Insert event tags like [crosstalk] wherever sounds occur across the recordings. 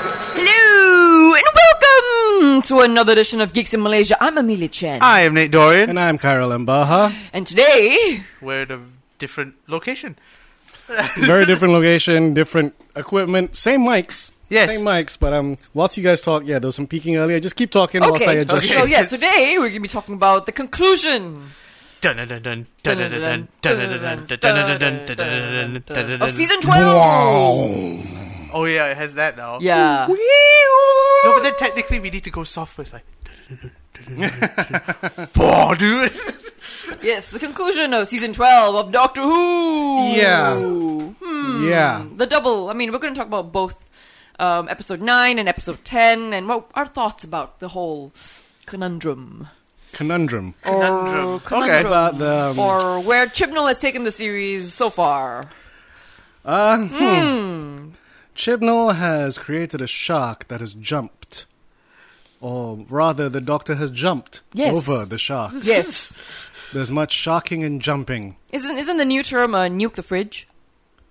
Hello and welcome to another edition of Geeks in Malaysia. I'm Amelia Chen, I am Nate Dorian. And I'm Kyril Mbaha. and today We're at a different location. Very different location, different equipment, same mics. Yes. Same mics, but um, whilst you guys talk, yeah, there was some peeking earlier. Just keep talking whilst Oh, I Okay, adjust. so [laughs] yeah, today we're gonna be talking about the conclusion Dun dun dun dun dun, dun dun, dun, dun, dun, dun, dun dun of season twelve. Oh yeah, it has that now. Yeah, No, but then technically we need to go soft first, like. Boah, dude. yes, the conclusion of season twelve of Doctor Who. Yeah. hmm. Yeah. the double. I mean, we're gonna talk about both um, episode nine and episode ten, and what our thoughts about the whole conundrum. Conundrum. Or Conundrum. Okay. conundrum. About the, um, or where Chibnall has taken the series so far. Uh, hmm. Chibnall has created a shark that has jumped. Or rather, the doctor has jumped Yes. over the shark. Yes. There's much sharking and jumping. [laughs] Isn't isn't the new term uh, nuke the fridge?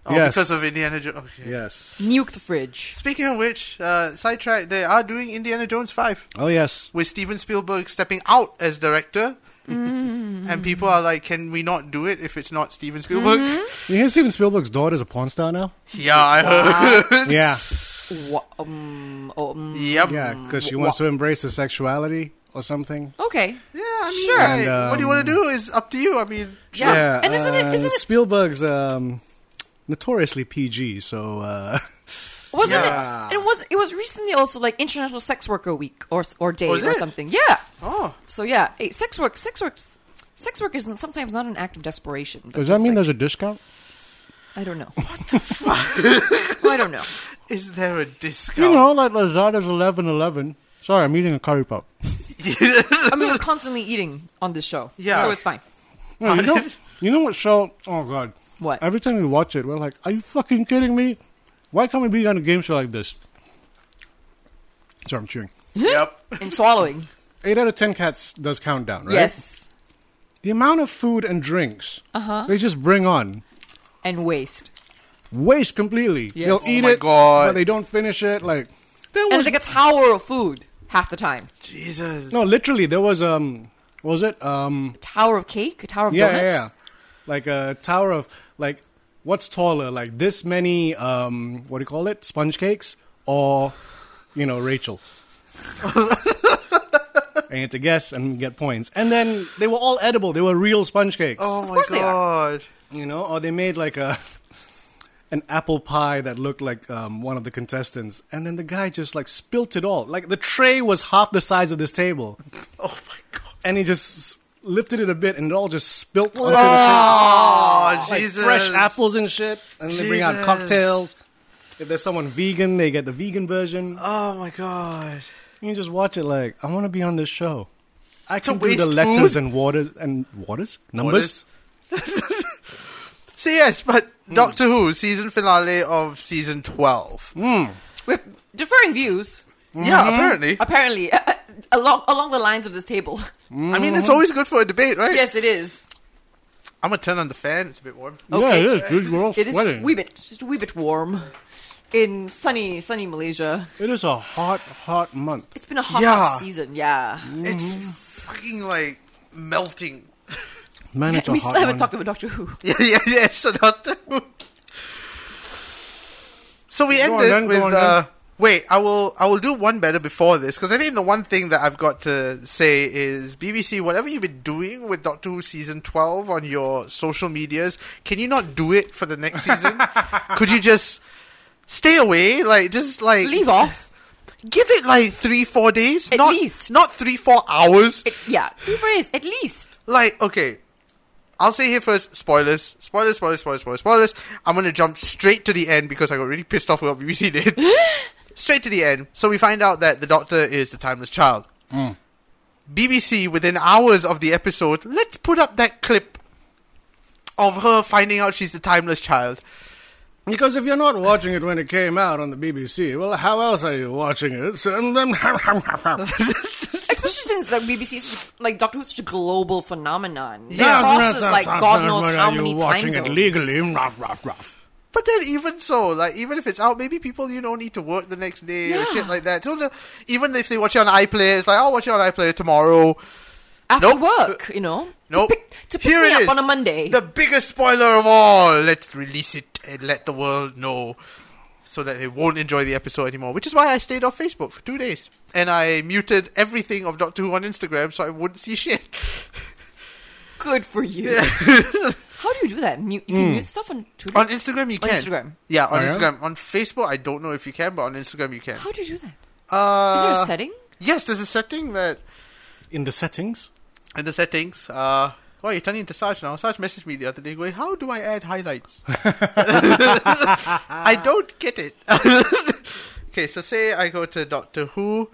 Oh, Yes. because of Indiana Jones. Okay. Yes. Nuke the fridge. Speaking of which, uh, sidetrack. They are doing Indiana Jones five. Oh, yes. with Steven Spielberg stepping out as director. And people are like, can we not do it if it's not Steven Spielberg? You hear Steven Spielberg's daughter's a porn [laughs] star now? Yeah, I heard. yeah. Wha- um, oh, um, yep. Yeah, because she wants to embrace her sexuality or something. Okay. Yeah, I mean, Sure. like, And, what do you want to do is up to you. I mean, Yeah. And isn't it- uh, isn't it- Spielberg's um, notoriously PG? So uh, Wasn't Yeah. it? It was. It was recently also like International Sex Worker Week or s- or day Was or it? something. Yeah. oh, So yeah, hey, sex work, sex works, sex work isn't sometimes not an act of desperation. But [laughs] does that just, mean like, there's a discount? I don't know. What the fuck? I don't know. is there a discount? You know, like Lazada's eleven eleven. Sorry, I'm eating a [laughs] curry pop. I mean, we're constantly eating on this show. Yeah. So it's fine. No, you know, you know what show? Oh God! What? Every time we watch it, we're like, "Are you fucking kidding me? Why can't we be on a game show like this?" Sorry, I'm chewing. yep. And swallowing. Eight out of ten cats does count down, right? Yes. The amount of food and drinks Uh-huh. they just bring on. And waste. waste completely. Yes. They'll Oh eat my it, God. but they don't finish it. Like there And it's was like a tower of food half the time. Jesus. no, literally there was um, what was it um, Tower of cake, a tower of yeah, yeah, donuts. yeah, like a tower of like what's taller, like this many um, what do you call it, sponge cakes or you know Rachel. [laughs] and you had to guess and get points. And then they were all edible. They were real sponge cakes. Oh my course they god. you know, or they made like a an apple pie that looked like um, one of the contestants, and then the guy just like spilt it all. Like the tray was half the size of this table, [laughs] Oh my god. and he just s- lifted it a bit, and it all just spilt onto Oh, the table. Like Jesus. fresh apples and shit, and they bring out Jesus. cocktails. If there's someone vegan, they get the vegan version. Oh my god. You just watch it. Like I want to be on this show. I can do waste the letters food? and waters and waters numbers. So yes, but Doctor Who season finale of season twelve. With differing views, Yeah, apparently. apparently, [laughs] uh, uh, along, along the lines of this table. [laughs] I mean, Mm-hmm. it's always good for a debate, right? yes, it is. I'm gonna turn on the fan. It's a bit warm. Yeah, Okay. it is. Dude, we're all It is sweating. a wee bit, just a wee bit warm in sunny, sunny Malaysia. It is a hot, hot month. It's been a hot, Yeah. hot season, yeah. Mm-hmm. It's fucking like melting. Man, it's a [laughs] we hot still haven't one. talked about Doctor Who. [laughs] yeah, yeah, yeah. er So Doctor Who. So we Go on ended then, go with. on uh, then. wait, I will. I will do one better before this because I think the one thing that I've got to say is BBC. Whatever you've been doing with Doctor Who season twelve on your social medias, can you not do it for the next [laughs] season? Could you just stay away? Like, just like Leave [laughs] off. Give it like three, four days. At not, least. Not three, four hours. It, yeah, three days at least. like okay i'll say here first spoilers spoilers spoilers spoilers spoilers spoilers i'm gonna jump straight to the end because i got really pissed off with what bbc did straight to the end so we find out that the doctor is the timeless child bbc within hours of the episode let's put up that clip of her finding out she's the timeless child. Because if you're not watching it when it came out on the BBC, well, how else are you watching it? So- [laughs] Especially since like BBC, is such, like Doctor Who, is such a global phenomenon. Yeah. Yeah, crosses like God knows how many You're time watching it zones. legally. Ruff, ruff, ruff. But then, even so, like even if it's out, maybe people you know need to work the next day or Yeah. shit like that. So the- even if they watch it on iPlayer, it's like I'll watch it on iPlayer tomorrow. After Nope. work, you know. Nope. To pick, to pick Here me it up is. on a Monday. The biggest spoiler of all. Let's release it and let the world know, so that they won't enjoy the episode anymore. Which is why I stayed off Facebook for two days and I muted everything of Doctor Who on Instagram so I wouldn't see [laughs] shit. Good for you. [laughs] how do you do that? Mute, you can mute stuff on Twitter. Hmm. On Instagram, you On can. Instagram. Yeah, on Oh, yeah? Instagram. On Facebook, I don't know if you can, but on Instagram, you can. how do you do that? Is Uh, there a setting? Yes, there's a setting that In the settings? in the settings. Uh, oh, you're turning into Sarge now. Sarge messaged me the other day going, How do I add highlights? [laughs] I don't get it. [laughs] okay, so say I go to Doctor Who.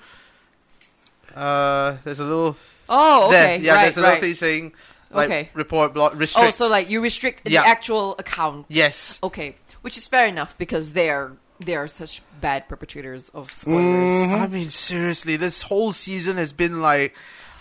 Uh, there's a little. Oh, okay. there. Yeah, right, there's a little right. thing saying, like, Okay. report block, restrict. Oh, so like Oh. you restrict Yeah. the actual account. yes. Okay, which is fair enough because they are they are such bad perpetrators of spoilers. I mean, seriously, this whole season has been like.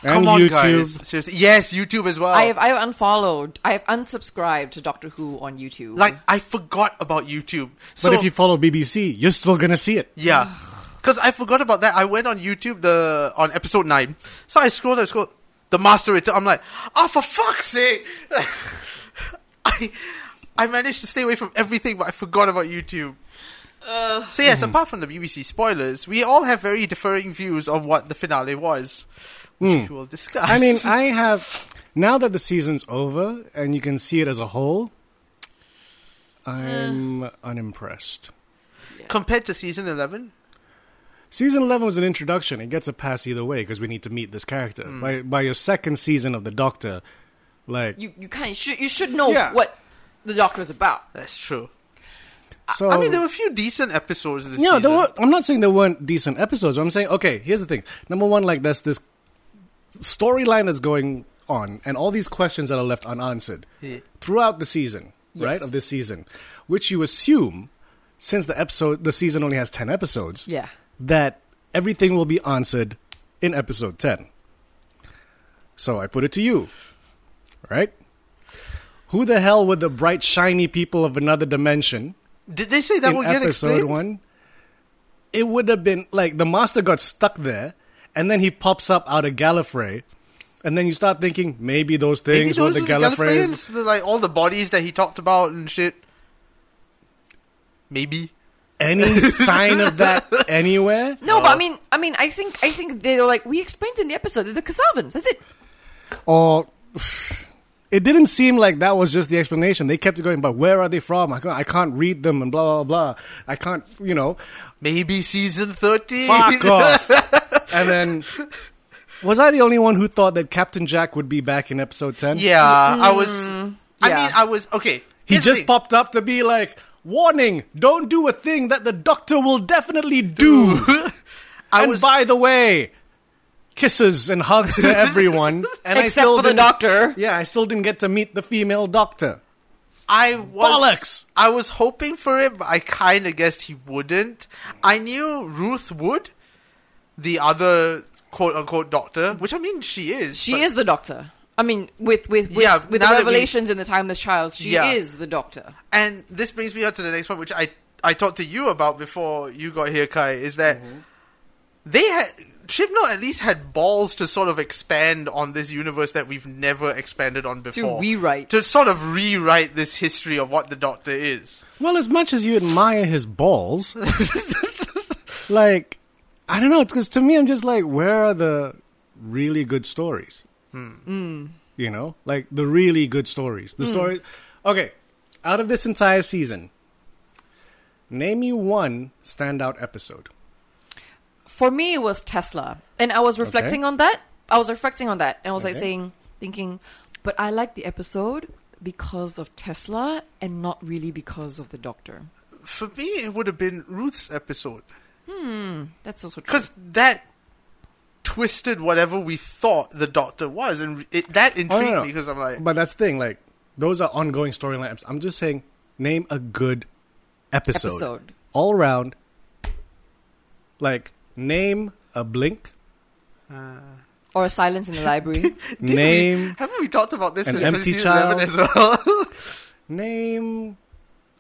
And Come on, YouTube. guys. Seriously. Yes, YouTube as well. I have I have unfollowed. I have unsubscribed to Doctor Who on YouTube. like, I forgot about YouTube. So, but if you follow BBC, you're still going to see it. Yeah. Because I forgot about that. I went on YouTube the on episode 9. So I scrolled, I scrolled. The Master Return. I'm like, oh, for fuck's sake. [laughs] I, I managed to stay away from everything, but I forgot about YouTube. so, Mm-hmm. yes, apart from the BBC spoilers, we all have very differing views on what the finale was, which we will discuss. Hmm. I mean, I have. Now that the season's over and you can see it as a whole, Uh. I'm unimpressed. [laughs] compared to season 11, Season 11 was an introduction. It gets a pass either way because we need to meet this character. Hmm. By, by your second season of The Doctor, like. you, you kind of should you should know Yeah. what the Doctor is about. that's true. so, I mean, there were a few decent episodes this Yeah, season. there were, I'm not saying there weren't decent episodes. I'm saying, okay, here's the thing. Number one, like, there's this storyline that's going on, and all these questions that are left unanswered Yeah. throughout the season, right? Yes. Of this season, which you assume, since the episode, the season only has 10 episodes, Yeah. that everything will be answered in episode 10. So I put it to you, right? Who the hell were the bright, shiny people of another dimension? Did they say that in will get episode explained? one, it would have been like the master got stuck there, and then he pops up out of Gallifrey, and then you start thinking maybe those Maybe things those were are the Gallifreyans. Gallifreyans, the, like all the bodies that he talked about and shit. Maybe. Any sign [laughs] of that anywhere? No, Uh. but I mean, I mean, I think, I think they were like we explained in the episode they're the Cassavans. That's it. Or [sighs] it didn't seem like that was just the explanation. They kept going, but where are they from? I can't, I can't read them, and blah blah blah. I can't, you know, Maybe season 13. [laughs] fuck off. And then. Was I the only one who thought that Captain Jack would be back in episode 10? yeah, I was. I Mm-hmm. yeah. mean, I was. Okay. He here's the just thing. popped up to be like, warning, don't do a thing that the doctor will definitely do. I and was. by the way, kisses and hugs to everyone. And I Except still for the didn't- Doctor. Yeah, I still didn't get to meet the female doctor. I was. Bollocks! I was hoping for it, but I kind of guessed he wouldn't. I knew Ruth would, the other quote unquote doctor, which I mean, she is. She but- is the Doctor. I mean, with with with, Yeah, with now the that we- revelations in the timeless child, she Yeah. is the Doctor. And this brings me on to the next one, which I I talked to you about before you got here, Kai. Is that Mm-hmm. they had Chibnall at least had balls to sort of expand on this universe that we've never expanded on before. rewrite. to sort of rewrite this history of what the Doctor is. Well, as much as you admire [laughs] his balls, like, I don't know, because to me, I'm just like, where are the really good stories? Hmm. You know, like the really good stories. The story. Okay, out of this entire season, name me one standout episode. For me, it was Tesla, and I was reflecting on that. I was reflecting on that, and I was like Okay. saying, thinking, but I like the episode because of Tesla and not really because of the Doctor. For me, it would have been Ruth's episode That's also true. because that twisted whatever we thought the Doctor was, and it, that Oh, intrigued no, no, no. me because I'm like, But that's the thing, like, those are ongoing storyline episodes. I'm just saying, name a good episode, episode. all round. Like name a blink, Or a silence in the [laughs] library. Didn't we- name haven't we talked about this An in empty season eleven child. as well? [laughs] name,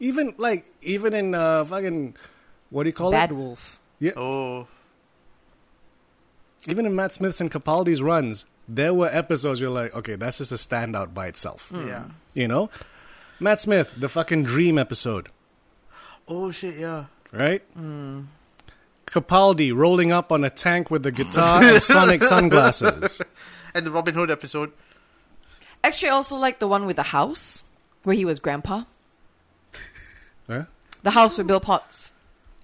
even like even in uh fucking what do you call Bad it? Wolf. oh, Even in Matt Smith's and Capaldi's runs, there were episodes you're like, okay, that's just a standout by itself. Hmm. yeah. You know, Matt Smith, the fucking dream episode. Oh shit, yeah. right? Hmm. Capaldi rolling up on a tank with a guitar and sonic sunglasses. And the Robin Hood episode. Actually, I also like the one with the house where he was grandpa. Huh? The house with Bill Potts.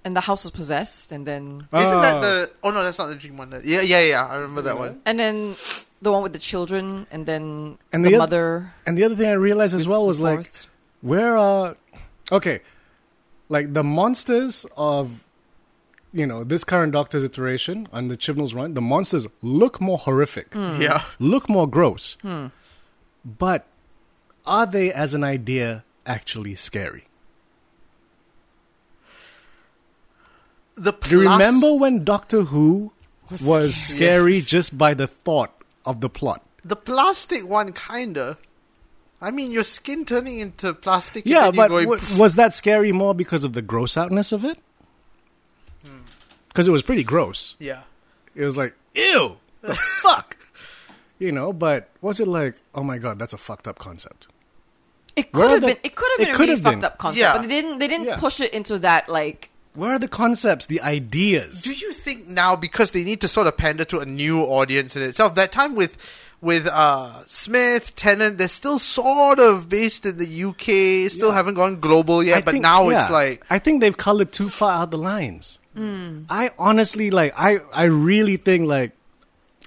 And the house was possessed, and then Isn't that Oh. the? Oh no, that's not the Dream one. that- Yeah, yeah, yeah. I remember that one. and then the one with the children, and then And the, the oth- mother And the other thing I realized as well was the like, forest. where are. Okay. Like, the monsters of, you know, this current Doctor's iteration and the Chibnall's run, the monsters look more horrific, Yeah. look more gross. But are they, as an idea, actually scary? The Do you plus- remember when Doctor Who Was was, scary. scary just by the thought of the plot? the plastic one, kinda. I mean, your skin turning into plastic. and Yeah, then you but going, w- pff. was that scary more because of the gross outness of it? Hmm. Because it was pretty gross. yeah. It was like, ew, [laughs] the fuck? You know, but was it like, oh my god, that's a fucked up concept? It Where could are have the- been. It could have it been a could really have fucked been. up concept, Yeah. but they didn't. They didn't Yeah. push it into that like. Where are the concepts, the ideas? Do you think now because they need to sort of pander to a new audience in itself? That time with with uh, Smith, Tennant, they're still sort of based in the UK, still haven't gone global yet. I but think- now it's yeah. like [laughs] Mm. I think they've colored too far out the lines. I honestly like. I I really think like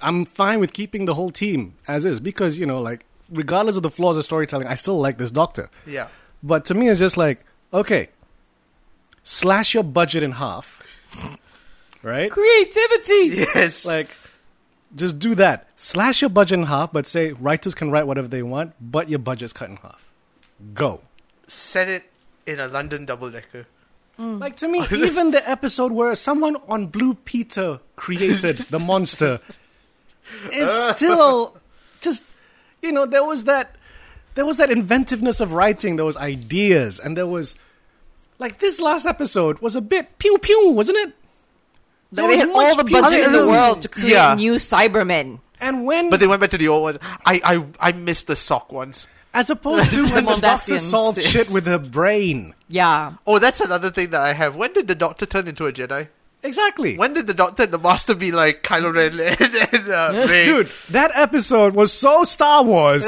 I'm fine with keeping the whole team as is because you know like regardless of the flaws of storytelling, I still like this Doctor. yeah, But to me, it's just like okay, slash your budget in half, [laughs] right? Creativity. yes, [laughs] Like. Just do that. Slash your budget in half, but say writers can write whatever they want, but your budget's cut in half. Go. set it in a London double decker. Like to me, even the episode where someone on Blue Peter created the monster is still just you know there was that there was that inventiveness of writing, there was ideas, and there was like this last episode was a bit pew pew, wasn't it? There they was had much all the pew budget in the pew. world to create Yeah. new Cybermen. And when, But they went back to the old ones. I I, I missed the sock ones. as opposed to when the doctor Mondasians. solved shit with her brain, Yeah. Oh, that's another thing that I have. When did the Doctor turn into a Jedi? exactly. When did the Doctor and the Master be like Kylo Ren and, and [laughs] uh, Rey? Dude, that episode was so Star Wars.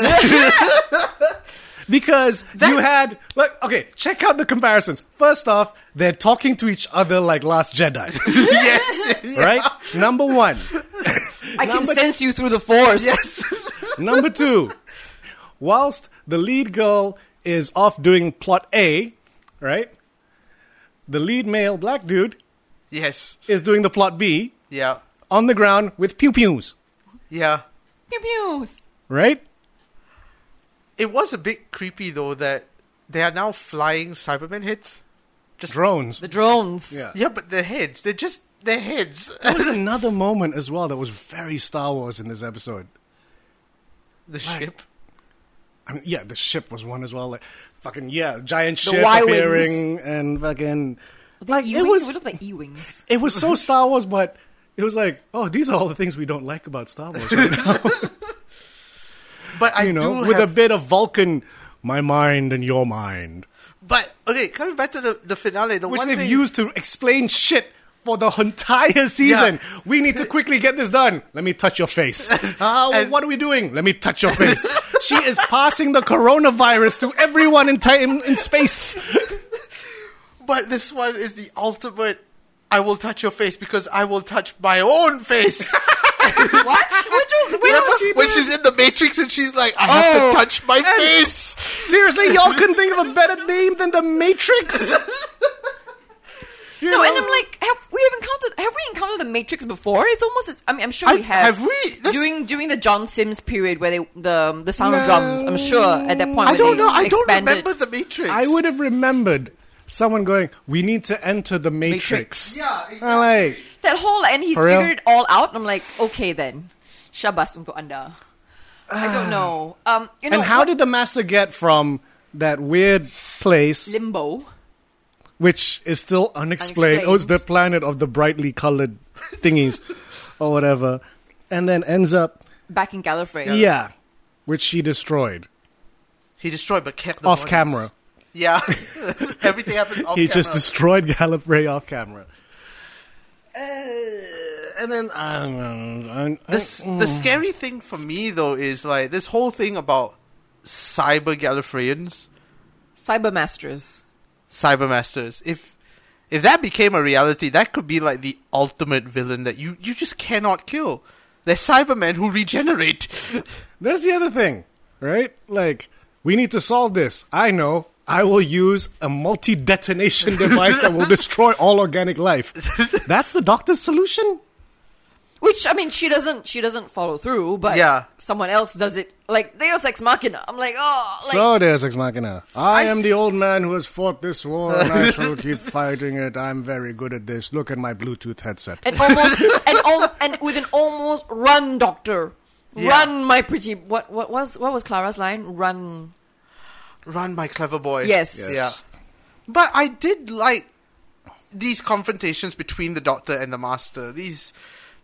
because you had like okay, check out the comparisons. First off, they're talking to each other like Last Jedi, [laughs] yes, yeah. right? Number 1. I can sense you through the force. Number 2. Whilst the lead girl is off doing plot A, right? The lead male black dude yes, is doing the plot B yeah, on the ground with pew pews, yeah. [laughs] Pew pews. right? It was a bit creepy though that they are now flying Cybermen heads. Drones. The drones. Yeah. Yeah, but their heads. They're just their heads. [laughs] There was another moment as well that was very Star Wars in this episode. the ship. I mean, yeah, the ship was one as well. Like, fucking yeah, giant ship Y-wings. appearing and fucking Are they like it E-wings? was They look like [laughs] E-wings. it was so Star Wars, but it was like, oh, these are all the things we don't like about Star Wars, [laughs] right now, But I you know, do with have, a bit of Vulcan, my mind and your mind, But okay, coming back to the, the finale, the which one they've thing used to explain shit. For the entire season, Yeah. we need to quickly get this done. Let me touch [laughs] your face. Ah, And- what are we doing? Let me touch your face. she is passing the coronavirus to everyone in time in space. But this one is the ultimate. I will touch your face because I will touch my own face. what? Which was, which Remember was she [laughs] when doing? she's in the Matrix and she's like, I have Oh, to touch my and- face. Seriously, y'all couldn't think of a better name than the Matrix. You No, know? and I'm like, have we we have encountered have we encountered the Matrix before? It's almost as I mean I'm sure I- we have. have we? That's- during during the John Sims period where they the the sound of drums? I'm sure at that point I where don't they know. I don't expanded remember the Matrix. I would have remembered someone going, "We need to enter the Matrix. Matrix." Yeah, I'm like, that whole and he's For real? figured it all out. and I'm like okay then, shabas untuk anda. I don't Ah. know. Um, you know and how what- did the master get from that weird place, limbo? which is still unexplained? Oh, it's the planet of the brightly colored [laughs] thingies, or whatever, and then ends up, back in Gallifrey. yeah, which he destroyed He destroyed, but kept the off bodies. camera. [laughs] Yeah, everything happens off he camera. just destroyed Gallifrey off camera. Uh, and then I don't know. I- I- the, s- the scary thing for me though is like this whole thing about cyber Gallifreyans, Cybermasters. cyber masters. If if that became a reality, that could be like the ultimate villain that you you just cannot kill. They're Cybermen who regenerate. That's the other thing, right? Like, we need to solve this. I know. I will use a [laughs] multi detonation device that will destroy all organic life. That's the doctor's solution? Which I mean, she doesn't. She doesn't follow through, but Yeah. someone else does it. Like Deus Ex Machina. I'm like, oh, like so, Deus Ex Machina. I, am the old man who has fought this war and [laughs] I shall keep fighting it. I'm very good at this. Look at my Bluetooth headset. and almost and al- and with an almost run, Doctor, Yeah. run, my pretty. What what was what was Clara's line? Run. Run, my clever boy. Yes. Yes. Yeah. But I did like these confrontations between the Doctor and the Master. These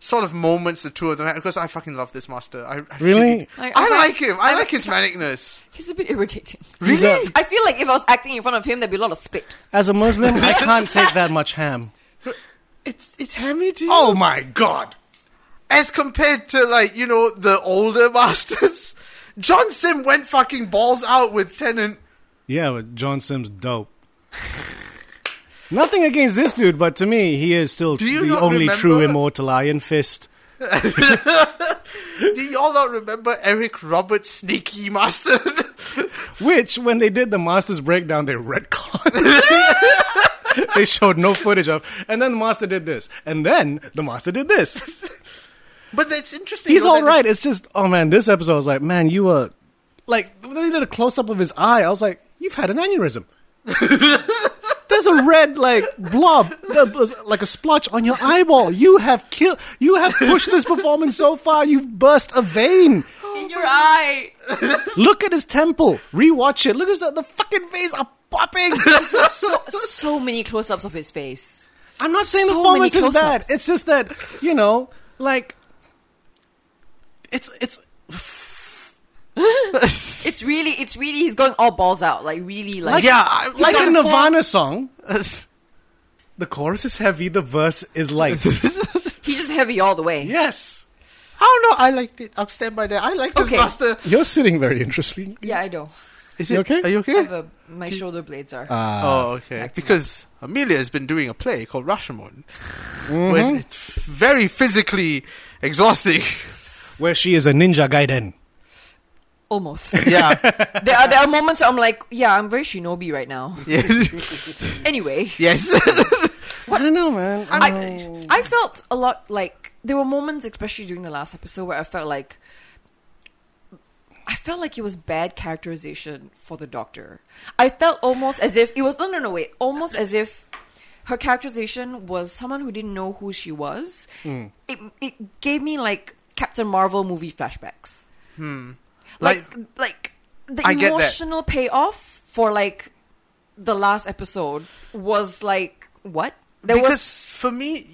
sort of moments the two of them had. Because I fucking love this Master. I, I Really? I, I- I- like him. I I- like his manicness. He's a bit irritating. He's Really? a- I feel like if I was acting in front of him, there'd be a lot of spit. As a Muslim, I can't take that much ham. It's it's hammy to you. Oh my god! As compared to like you know the older [laughs] Masters, John Sim went fucking balls out with Tennant. Yeah, but John Sims dope. Nothing against this dude, but to me, he is still Do you the not only true remember- immortal Iron Fist. Do y'all not remember Eric Roberts, sneaky Master? [laughs] Which, when they did the Masters breakdown, they [laughs] retconned. they showed no footage of, and then the Master did this, and then the Master did this. but that's interesting. He's though, all that- right. It's just, oh man, this episode was like, man, you were like when they did a close up of his eye. I was like, you've had [laughs] an aneurysm. There's a red like blob, that was like a splotch on your eyeball. You have killed. You have pushed this performance so far. You've burst a vein. in your eye. Look at his temple. Rewatch it. Look at his, the fucking veins are popping. So so many close-ups of his face. I'm not saying the So many performance is bad. close-ups. It's just that you know, like, it's it's It's really, it's really. He's going all balls out, like really, like Yeah, I, like got a a full- Nirvana song. The chorus is heavy. The verse is [laughs] light. he's just heavy all the way. yes, I don't know. Oh, I liked it. I'm stand by that. I liked this Okay. Master. you're sitting very interesting. Yeah, I know. Is You it okay? Are you I okay? have a- my shoulder blades are. oh, okay. back to Because Amelia has been doing a play called Rashomon, where it's very physically [laughs] exhausting. Where she is a ninja Gaiden. Almost. yeah. there are there are moments where I'm like, yeah, I'm very shinobi right [laughs] now. yes. Anyway, yes. I don't know, man. I [laughs] don't know. Oh. I I felt a lot like there were moments, especially during the last episode, where I felt like I felt like it was bad characterization for the doctor. I felt almost as if it was no no no wait, almost as if her characterization was someone who didn't know who she was. Hmm. It it gave me like Captain Marvel movie flashbacks. like, [laughs] like like the I get that. emotional payoff for like the last episode was like what there because was for me,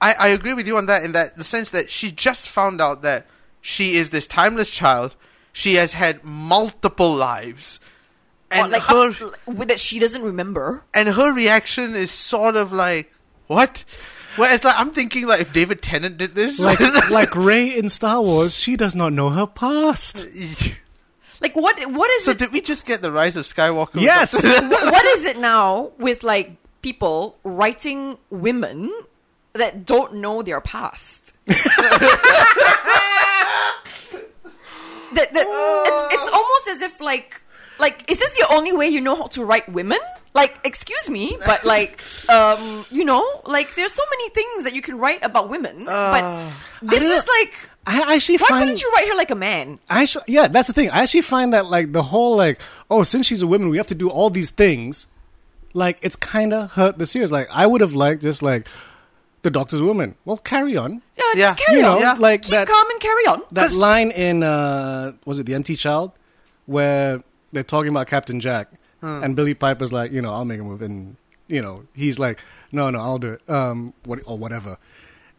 I, I agree with you on that in that the sense that she just found out that she is this timeless child. She has had multiple lives, or, and like her up- like, that she doesn't remember and her reaction is sort of like what. Whereas, like, I'm thinking, like, if David Tennant did this, [laughs] like like Ray in Star Wars, she does not know her past. like what what is so it did we just get the rise of Skywalker? with [laughs] Yes. Doctor- wh- what is it now with like people writing women that don't know their past [laughs] that, that it's, it's almost as if like Like, is this the only way you know how to write women? Like, excuse me, but like, um, you know, like there's so many things that you can write about women, Uh, but this I don't- is like, I actually why find couldn't you write her like a man? I actually, yeah, that's the thing. I actually find that like the whole like, oh, since she's a woman, we have to do all these things. Like it's kind of hurt the series. Like I would have liked just like the Doctor's a woman. Well, carry on. Yeah, Yeah. just carry you know, on. Yeah. like Keep that calm and carry on. that 'Cause- line in uh was it the Empty Child where they're talking about Captain Jack Hmm. and Billy Piper's like, you know, I'll make a move and you know, he's like, no, no, I'll do it. Um what or whatever.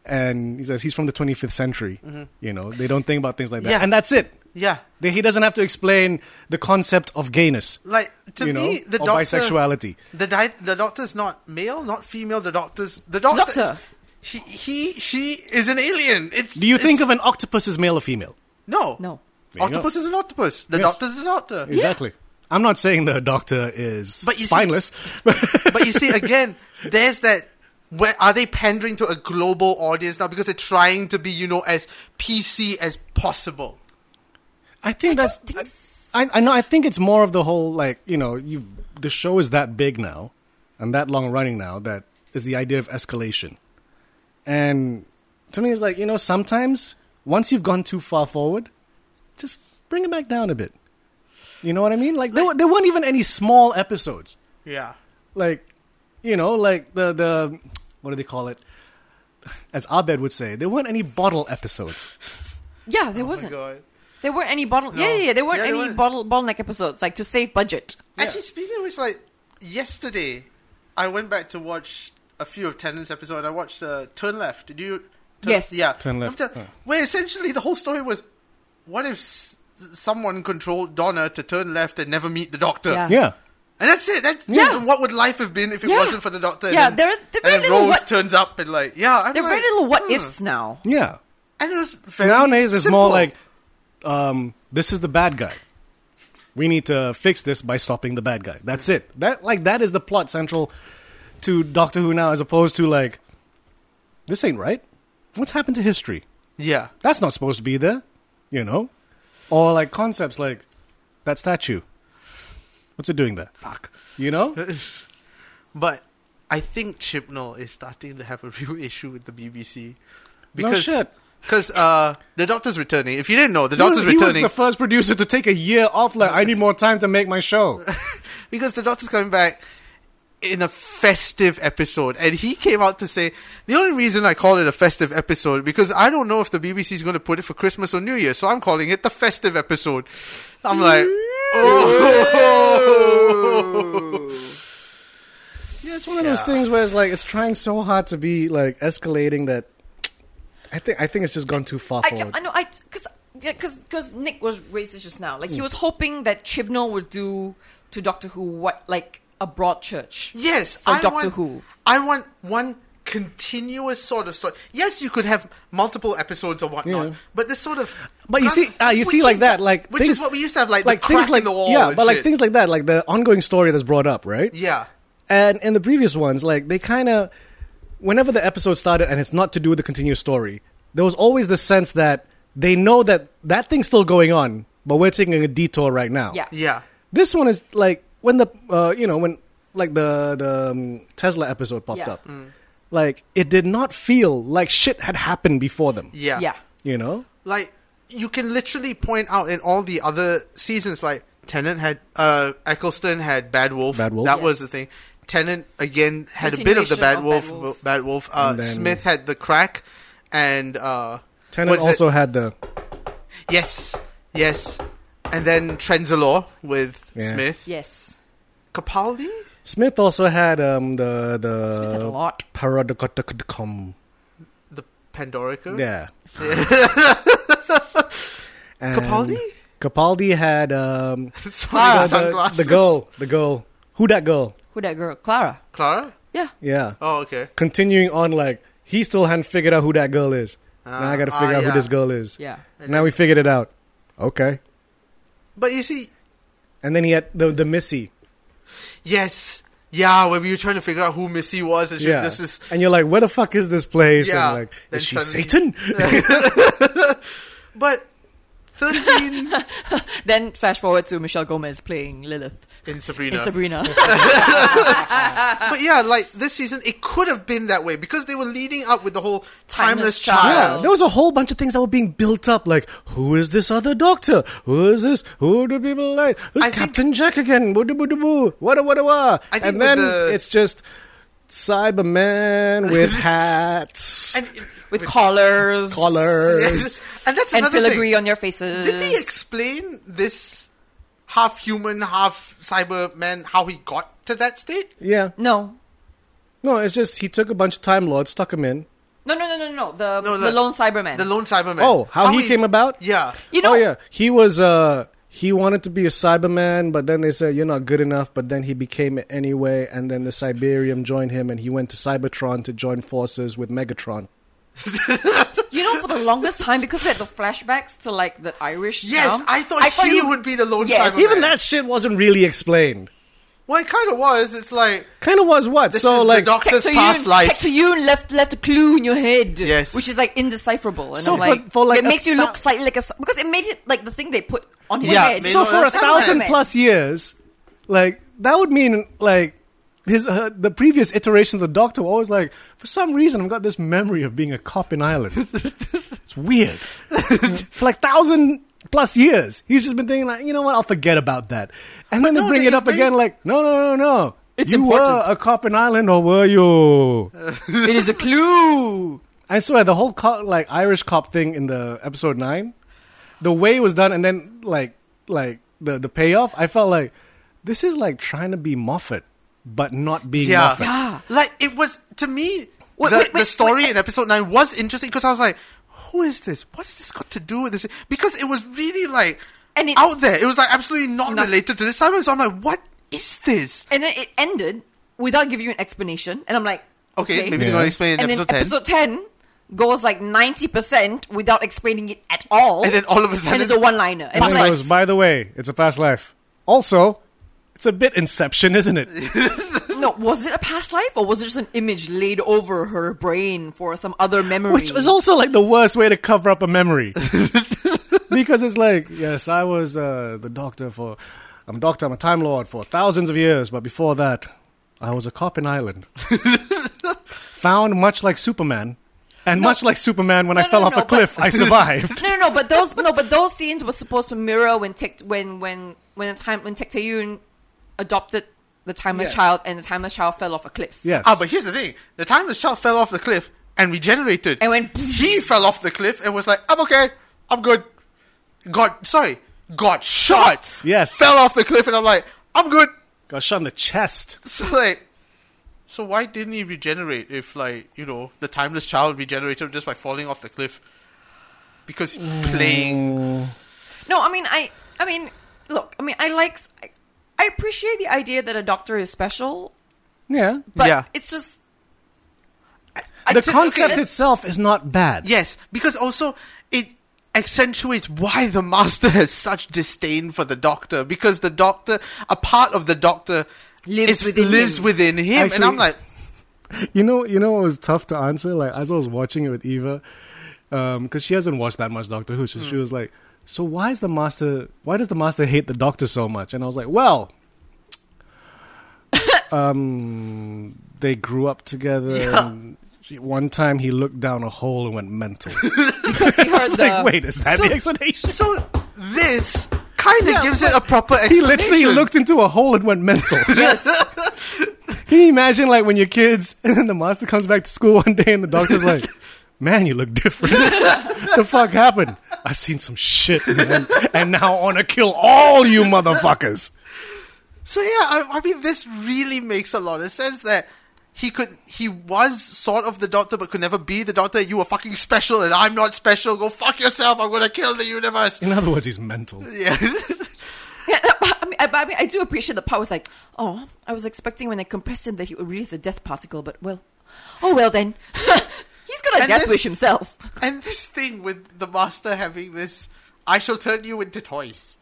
And he says he's from the 25th century. You know, they don't think about things like that. Mm-hmm. Yeah. And that's it. yeah. They- He doesn't have to explain the concept of gayness, [laughs] Like to you know, me, the or doctor, bisexuality. the di- the doctor's not male, not female. The doctor's the doctor. Doctor. He, he she is an alien. It's. Do you it's- think of an octopus as male or female? no No. There you go. Octopus is an octopus. The Yes. doctor's the doctor. Exactly. I'm not saying the doctor is But you see- spineless. [laughs] but you see, again, there's that. Where are they pandering to a global audience now? Because they're trying to be, you know, as PC as possible. I think that's. think s- I, I know. I think it's more of the whole like you know you the show is that big now, and that long running now that is the idea of escalation, and to me it's like you know sometimes once you've gone too far forward, just bring it back down a bit. You know what I mean? Like there, were- there weren't even any small episodes. Yeah. Like you know like the the what do they call it? As Abed would say, there weren't any bottle episodes. Yeah, there Oh my wasn't. god. There weren't any bottle. Yeah, yeah, yeah. There weren't Yeah, there any weren't. bottle bottleneck episodes like to save budget. Actually, speaking of which, like yesterday, I went back to watch a few of Tennant's episode, and I watched uh, Turn Left. Did you? Turn, Yes. Yeah. Turn Left, After- yeah. Where essentially the whole story was, what if s- someone controlled Donna to turn left and never meet the Doctor? Yeah. Yeah. And that's it. That's Yeah. And what would life have been if it Yeah. wasn't for the Doctor? Yeah, And there- then, there and very then little Rose what- turns up and like, yeah. I'm There are very like, little what hmm. ifs now. Yeah. And it was very nowadays it's simple. more like um, this is the bad guy we need to fix this by stopping the bad guy that's it that like that is the plot central to doctor who now as opposed to like this ain't right what's happened to history yeah. that's not supposed to be there you know or like concepts like that statue what's it doing there fuck you know But I think Chibnall is starting to have a [laughs] real issue with the BBC. No shit. Because uh, the doctor's returning. If you didn't know, the [laughs] doctor's he, was- he was returning. the first producer to take a year off like i need more time to make my show because the doctor's coming back in a festive episode. And he came out to say, the only reason I call it a festive episode, because I don't know if the BBC is going to put it for Christmas or New Year. So I'm calling it the festive episode. I'm like, oh. Yeah, it's one of those things where it's like it's trying so hard to be like escalating that I think I think it's just gone too far I, ju- forward. I know. I because because because Nick was racist just now. Like he was hoping that Chibnall would do to Doctor Who what like a broad church. Yes, For I Doctor want, Who. I want one continuous sort of story. Yes, you could have multiple episodes or whatnot, Yeah. but this sort of. but you see, uh, you Which see, is like that, the- like which things, is what we used to have, like, the crack things in like the wall yeah, and but like shit. things like that, like the ongoing story that's brought up, right? Yeah, And in the previous ones, like they kind of, whenever the episode started and it's not to do with the continuous story, there was always the sense that they know that that thing's still going on, but we're taking a detour right now. Yeah. yeah, This one is like when the uh, you know when like the the um, Tesla episode popped Yeah. Mm. up. Like it did not feel like shit had happened before them. yeah, yeah. You know? Like you can literally point out in all the other seasons, like Tennant had, uh, Eccleston had Bad Wolf. Bad Wolf. That was the Yes. thing. Tennant again had a bit of the Continuation Bad of Wolf. Bad Wolf. Bad Wolf. Uh, And then- Smith had the crack, and uh, Tennant was it- also had the yes, yes, and then Trenzalore with Yeah. Smith. Yes. Capaldi? Smith also had um the Smith had a the lot. paradocom. The Mm. Pandorica? [laughs] Yeah. And Capaldi? Capaldi had um [laughs] Sorry, Ah, the the, sunglasses. the girl. The girl. Who that girl? Who that girl? Clara. Clara? Yeah. Yeah. Oh, okay. Continuing on like he still hadn't figured out who that girl is. now I gotta Ah, figure out yeah. who this girl is. Yeah. Now we figured it out. Okay. But you see, And then he had the the Missy. yes, yeah, when we were trying to figure out who Missy was, and she Yeah. was just this and you're like, where the fuck is this place? Yeah. And like, Then is she suddenly- Satan? But [laughs] Thirteen Then flash forward to Michelle Gomez playing Lilith in Sabrina. in Sabrina. But yeah, like this season, it could have been that way because they were leading up with the whole timeless, Timeless child. Child. Yeah, there was a whole bunch of things that were being built up, like who is this other doctor? Who is this? Who do people like? Who's I think- Captain Jack again? Woo boo boo. Wada wada wah. I think And with then the- it's just Cybermen [laughs] with hats, And, with collars. [laughs] collars. yes, and that's And another thing. filigree on your faces. Did they explain this half human, half Cyberman, how he got to that state? yeah. no. No, it's just he took a bunch of Time Lords, stuck them in. No, no, no, no, no. The, No, the, the- lone Cyberman. The lone Cyberman. Oh, how, he, came about? Yeah. you know, oh yeah, he was. uh He wanted to be a Cyberman, but then they said you're not good enough. But then he became it anyway, and then the Siberium joined him, and he went to Cybertron to join forces with Megatron. you know, for the longest time, because we had the flashbacks to like the Irish. Yes, town, I thought he would be the lone Yes. Cyberman. Even that shit wasn't really explained. Well, it kind of was. It's like Kind of was what? this so is like, the doctor's Tech past Yun, life. Tech Yun left left a clue in your head, Yes. which is like indecipherable, and So I'm for- like, for, like, it a makes you thou- look slightly like a s- because it made it like the thing they put on his Yeah, head. made so No, for a that's- that's thousand fine. [laughs] plus years, like that would mean like. His, uh, the previous iteration of the Doctor were always like, for some reason, I've got this memory of being a cop in Ireland. [laughs] it's weird. for like thousand plus years, he's just been thinking like, you know what, I'll forget about that, and then no, they bring they- it up they- again, like, no, no, no, no, It's you were important. a cop in Ireland, or were you? [laughs] it is a clue. I swear the whole co like Irish cop thing in the episode nine, the way it was done, and then like like the the payoff, I felt like this is like trying to be Moffat, but not being yeah. Moffat. Like it was to me. Wait, the, wait, the wait, story wait. in episode nine was interesting because I was like, "Who is this? What has this got to do with this?" Because it was really like And it- out there. It was like absolutely not, Not- related to this Simon. So I'm like, "What is this?" And then it ended without giving you an explanation, and I'm like, Okay, okay, maybe they're Yeah. going to explain in and episode then ten. episode ten goes like ninety percent without explaining it at all, And then all of a sudden- and it's a one liner, and And I'm then it like, was, by the way, it's a past life. Also, it's a bit Inception, isn't it? No, was it a past life or was it just an image laid over her brain for some other memory? Which is also like the worst way to cover up a [laughs] memory. because it's like, yes, I was uh, the doctor for, I'm doctor, I'm a Time Lord for thousands of years, but before that, I was a cop in [laughs] Ireland. Found much like Superman. And much like Superman, when I No, fell no, off [laughs] no, Ah, a cliff, but- I survived. no, no, no. But those no, but those scenes were supposed to mirror when Tech, when when when the time when Tectayun adopted the timeless Yes. child and the timeless child fell off a cliff. yes. Ah, but here's the thing: the timeless child fell off the cliff and regenerated. And went- he fell off the cliff and was like, "I'm okay, I'm good." Got sorry, got shot. Yes. fell off the cliff and I'm like, "I'm good." Got shot in the chest. [laughs] So like, so why didn't he regenerate if like you know the timeless child regenerated just by falling off the cliff? Because Mm. he's playing, No, I mean I I mean look, I mean I like I, I appreciate the idea that a doctor is special, Yeah. but Yeah. it's just I [laughs] The think- okay, concept let's- itself is not bad. yes, because also it accentuates why the master [laughs] has such disdain for the doctor because the doctor, a part of the doctor, Lives is- within lives him. within him, and Actually- I'm like, You know, you know, it was tough to answer. Like as I was watching it with Eva, because she hasn't watched that much Doctor Who, so she Hmm. was like, "So why is the master? Why does the master hate the Doctor so much?" And I was [laughs] like, "Well, um, they grew up together. And she- one time he looked down a hole and [laughs] went mental. because [laughs] he heard the like, wait, is uh, that So- the explanation?" so this kind of Yeah, gives it a proper He explanation. literally looked into a hole and [laughs] went mental. yes. Can you imagine, like, when your kids [laughs] and then the master comes back to school one day and the doctor's like, [laughs] "Man, you look different. [laughs] the fuck happened? I seen some shit, man, and now I want to kill all you motherfuckers." So yeah, I, I mean, this really makes a lot of sense that he could, he was sort of the doctor, but could never be the doctor. You were fucking special, and I'm not special. Go fuck yourself. I'm gonna kill the universe. In other words, he's mental. Yeah, but I mean, I, but I mean, I do appreciate the part was like, oh, I was expecting when I compressed him that he would release the death particle, but well, oh well then, [laughs] he's got a And death this- wish himself. [laughs] And this thing with the master having this, I shall turn you into toys.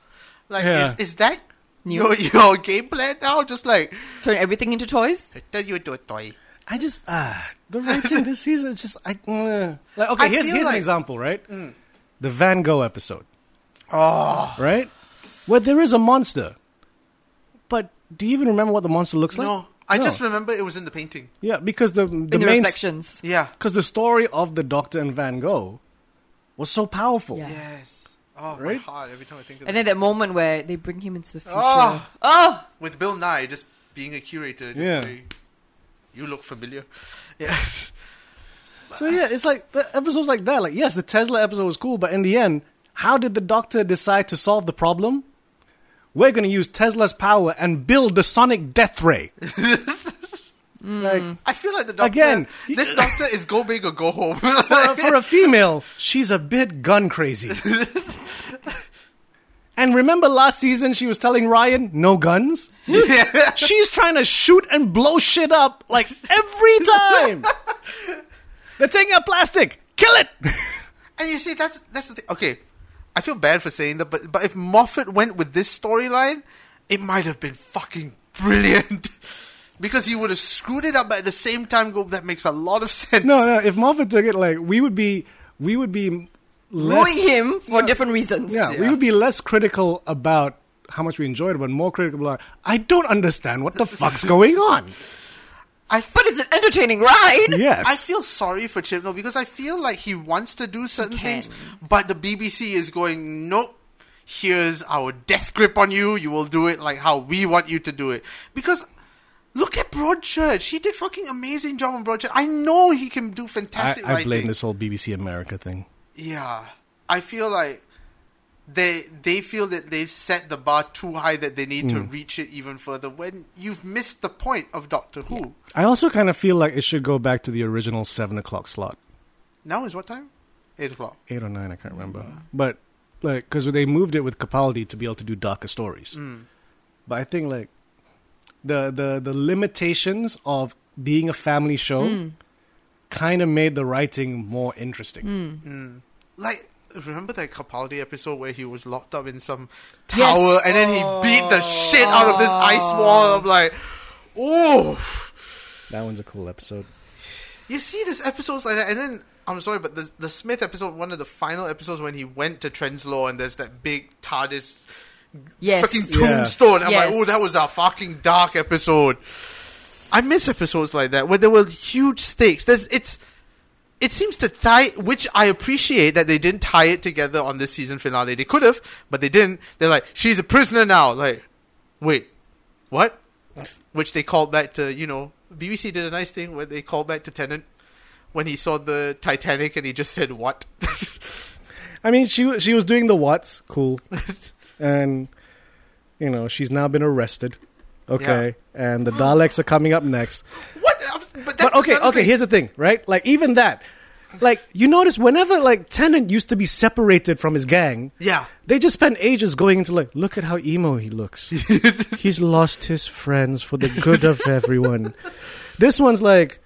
Like, Yeah. is, is that your your game plan now? Just like Turn everything into toys. I turn you into a toy. I just ah, the writing this season is just I mm. like okay. I here's feel here's like- Mm. an example, right? The Van Gogh episode. Oh, right? Where there is a monster. But do you even remember what the monster looks like? no. I just remember it was in the painting. yeah, because the the in the main reflections. Yeah. because the story of the Doctor and Van Gogh was so powerful. Yeah. Yes. Oh, my Right? heart every time I think of And then it. that moment where they bring him into the future. Ah. Oh, With Bill Nye just being a curator. Just Yeah. very- you look familiar. [laughs] Yes. So yeah, it's like the episodes like that. Like yes, the Tesla episode was cool, but in the end, how did the Doctor decide to solve the problem? We're going to use Tesla's power and build the sonic death ray. Like I feel like the doctor. Again, he- [laughs] this doctor is go big or go home. for, for a female, she's a bit gun crazy. and remember last season she was telling Ryan, no guns? [laughs] Yeah. She's trying to shoot and blow shit up like every time. They're taking out plastic. Kill it. And you see, that's that's the thing. Okay, I feel bad for saying that, but but if Moffat went with this storyline, it might have been fucking brilliant. [laughs] because he would have screwed it up, but at the same time, go that makes a lot of sense. No, no. If Moffat took it, like we would be, we would be less. ruining him for different reasons. Yeah, we Yeah. would be less critical about how much we enjoyed, it, but more critical about I don't understand what the fuck's going on. I f- But it's an entertaining ride. Yes, I feel sorry for Chibnall because I feel like he wants to do certain can. things, but the BBC is going, nope. Here's our death grip on you. You will do it like how we want you to do it. Because look at Broadchurch. He did fucking amazing job on Broadchurch. I know he can do fantastic I, I writing. blame this whole BBC America thing. Yeah, I feel like they they feel that they've set the bar too high that they need Mm. to reach it even further. When you've missed the point of Doctor Who. I also kind of feel like it should go back to the original seven o'clock slot, Now is what time? Eight o'clock. eight or nine. I can't remember, but like because they moved it with Capaldi to be able to do darker stories. But I think like the the the limitations of being a family show kind of made the writing more interesting. Like remember that Capaldi episode where he was locked up in some tower Yes. and then he beat the shit out of this ice wall. I'm like, oh. That one's a cool episode. You see this episodes like that, and then I'm sorry, but the the Smith episode, one of the final episodes when he went to Trenslaw, and there's that big TARDIS Yes. fucking Yeah. tombstone. I'm Yes. like, oh, that was a fucking dark episode. I miss episodes like that where there were huge stakes. There's it's it seems to tie, which I appreciate that they didn't tie it together on this season finale. They could have, but they didn't. They're like, she's a prisoner now. Like, wait, what? Which they called back to, you know, BBC did a nice thing where they called back to Tennant when he saw the Titanic and he just said, what? [laughs] I mean, she wa- she was doing the what's cool, and you know she's now been arrested. Okay, and the Daleks are coming up next. what? But, that's But okay, another okay. thing. Here's the thing, right? Like even that, like you notice whenever like Tennant used to be separated from his gang, Yeah. [laughs] they just spent ages going into like, look at how emo [laughs] he looks. He's lost his friends for the good of everyone. This one's like,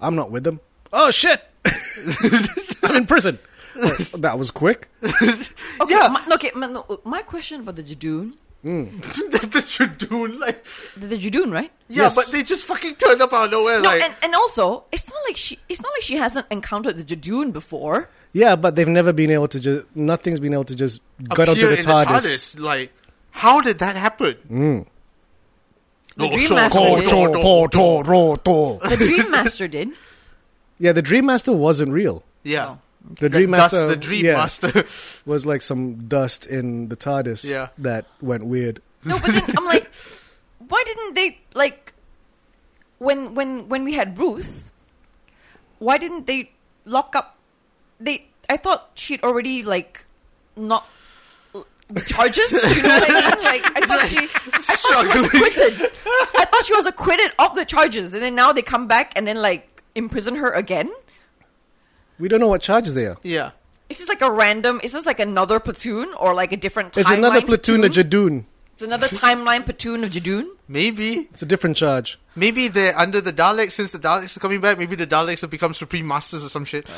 I'm not with them. Oh shit! [laughs] I'm in prison. Like, that was quick. Okay, Yeah. My, okay, my, no, my question about the Jadoon, that you do, like. the, the Jadoon, right? Yeah, Yes. but they just fucking turned up out of nowhere. No, like, and, and also, it's not like she it's not like she hasn't encountered the Jadoon before. Yeah, but they've never been able to just nothing's been able to just get onto appear the in TARDIS. Mm. Like, how did that happen? The No, Dream sure, Master go, did. go, go, go. The Dream Master did. Yeah, the Dream Master wasn't real. Yeah. The Dream That dust, Master, the Dream yeah, Master. [laughs] was like some dust in the TARDIS. Yeah. that went weird. No, but then I'm like, why didn't they like when when when we had Ruth? Why didn't they lock up? They I thought she'd already like not charges. You know what I mean? Like I thought she I thought she was acquitted. I thought she was acquitted of the charges, and then now they come back and then like imprison her again. We don't know what charges they are. yeah. Is this like a random? Is this like another platoon or like a different? It's another timeline platoon of Jadoon. It's another timeline platoon of Jadoon. Maybe. It's a different charge. Maybe they're under the Daleks since the Daleks are coming back. Maybe the Daleks have become Supreme Masters or some shit.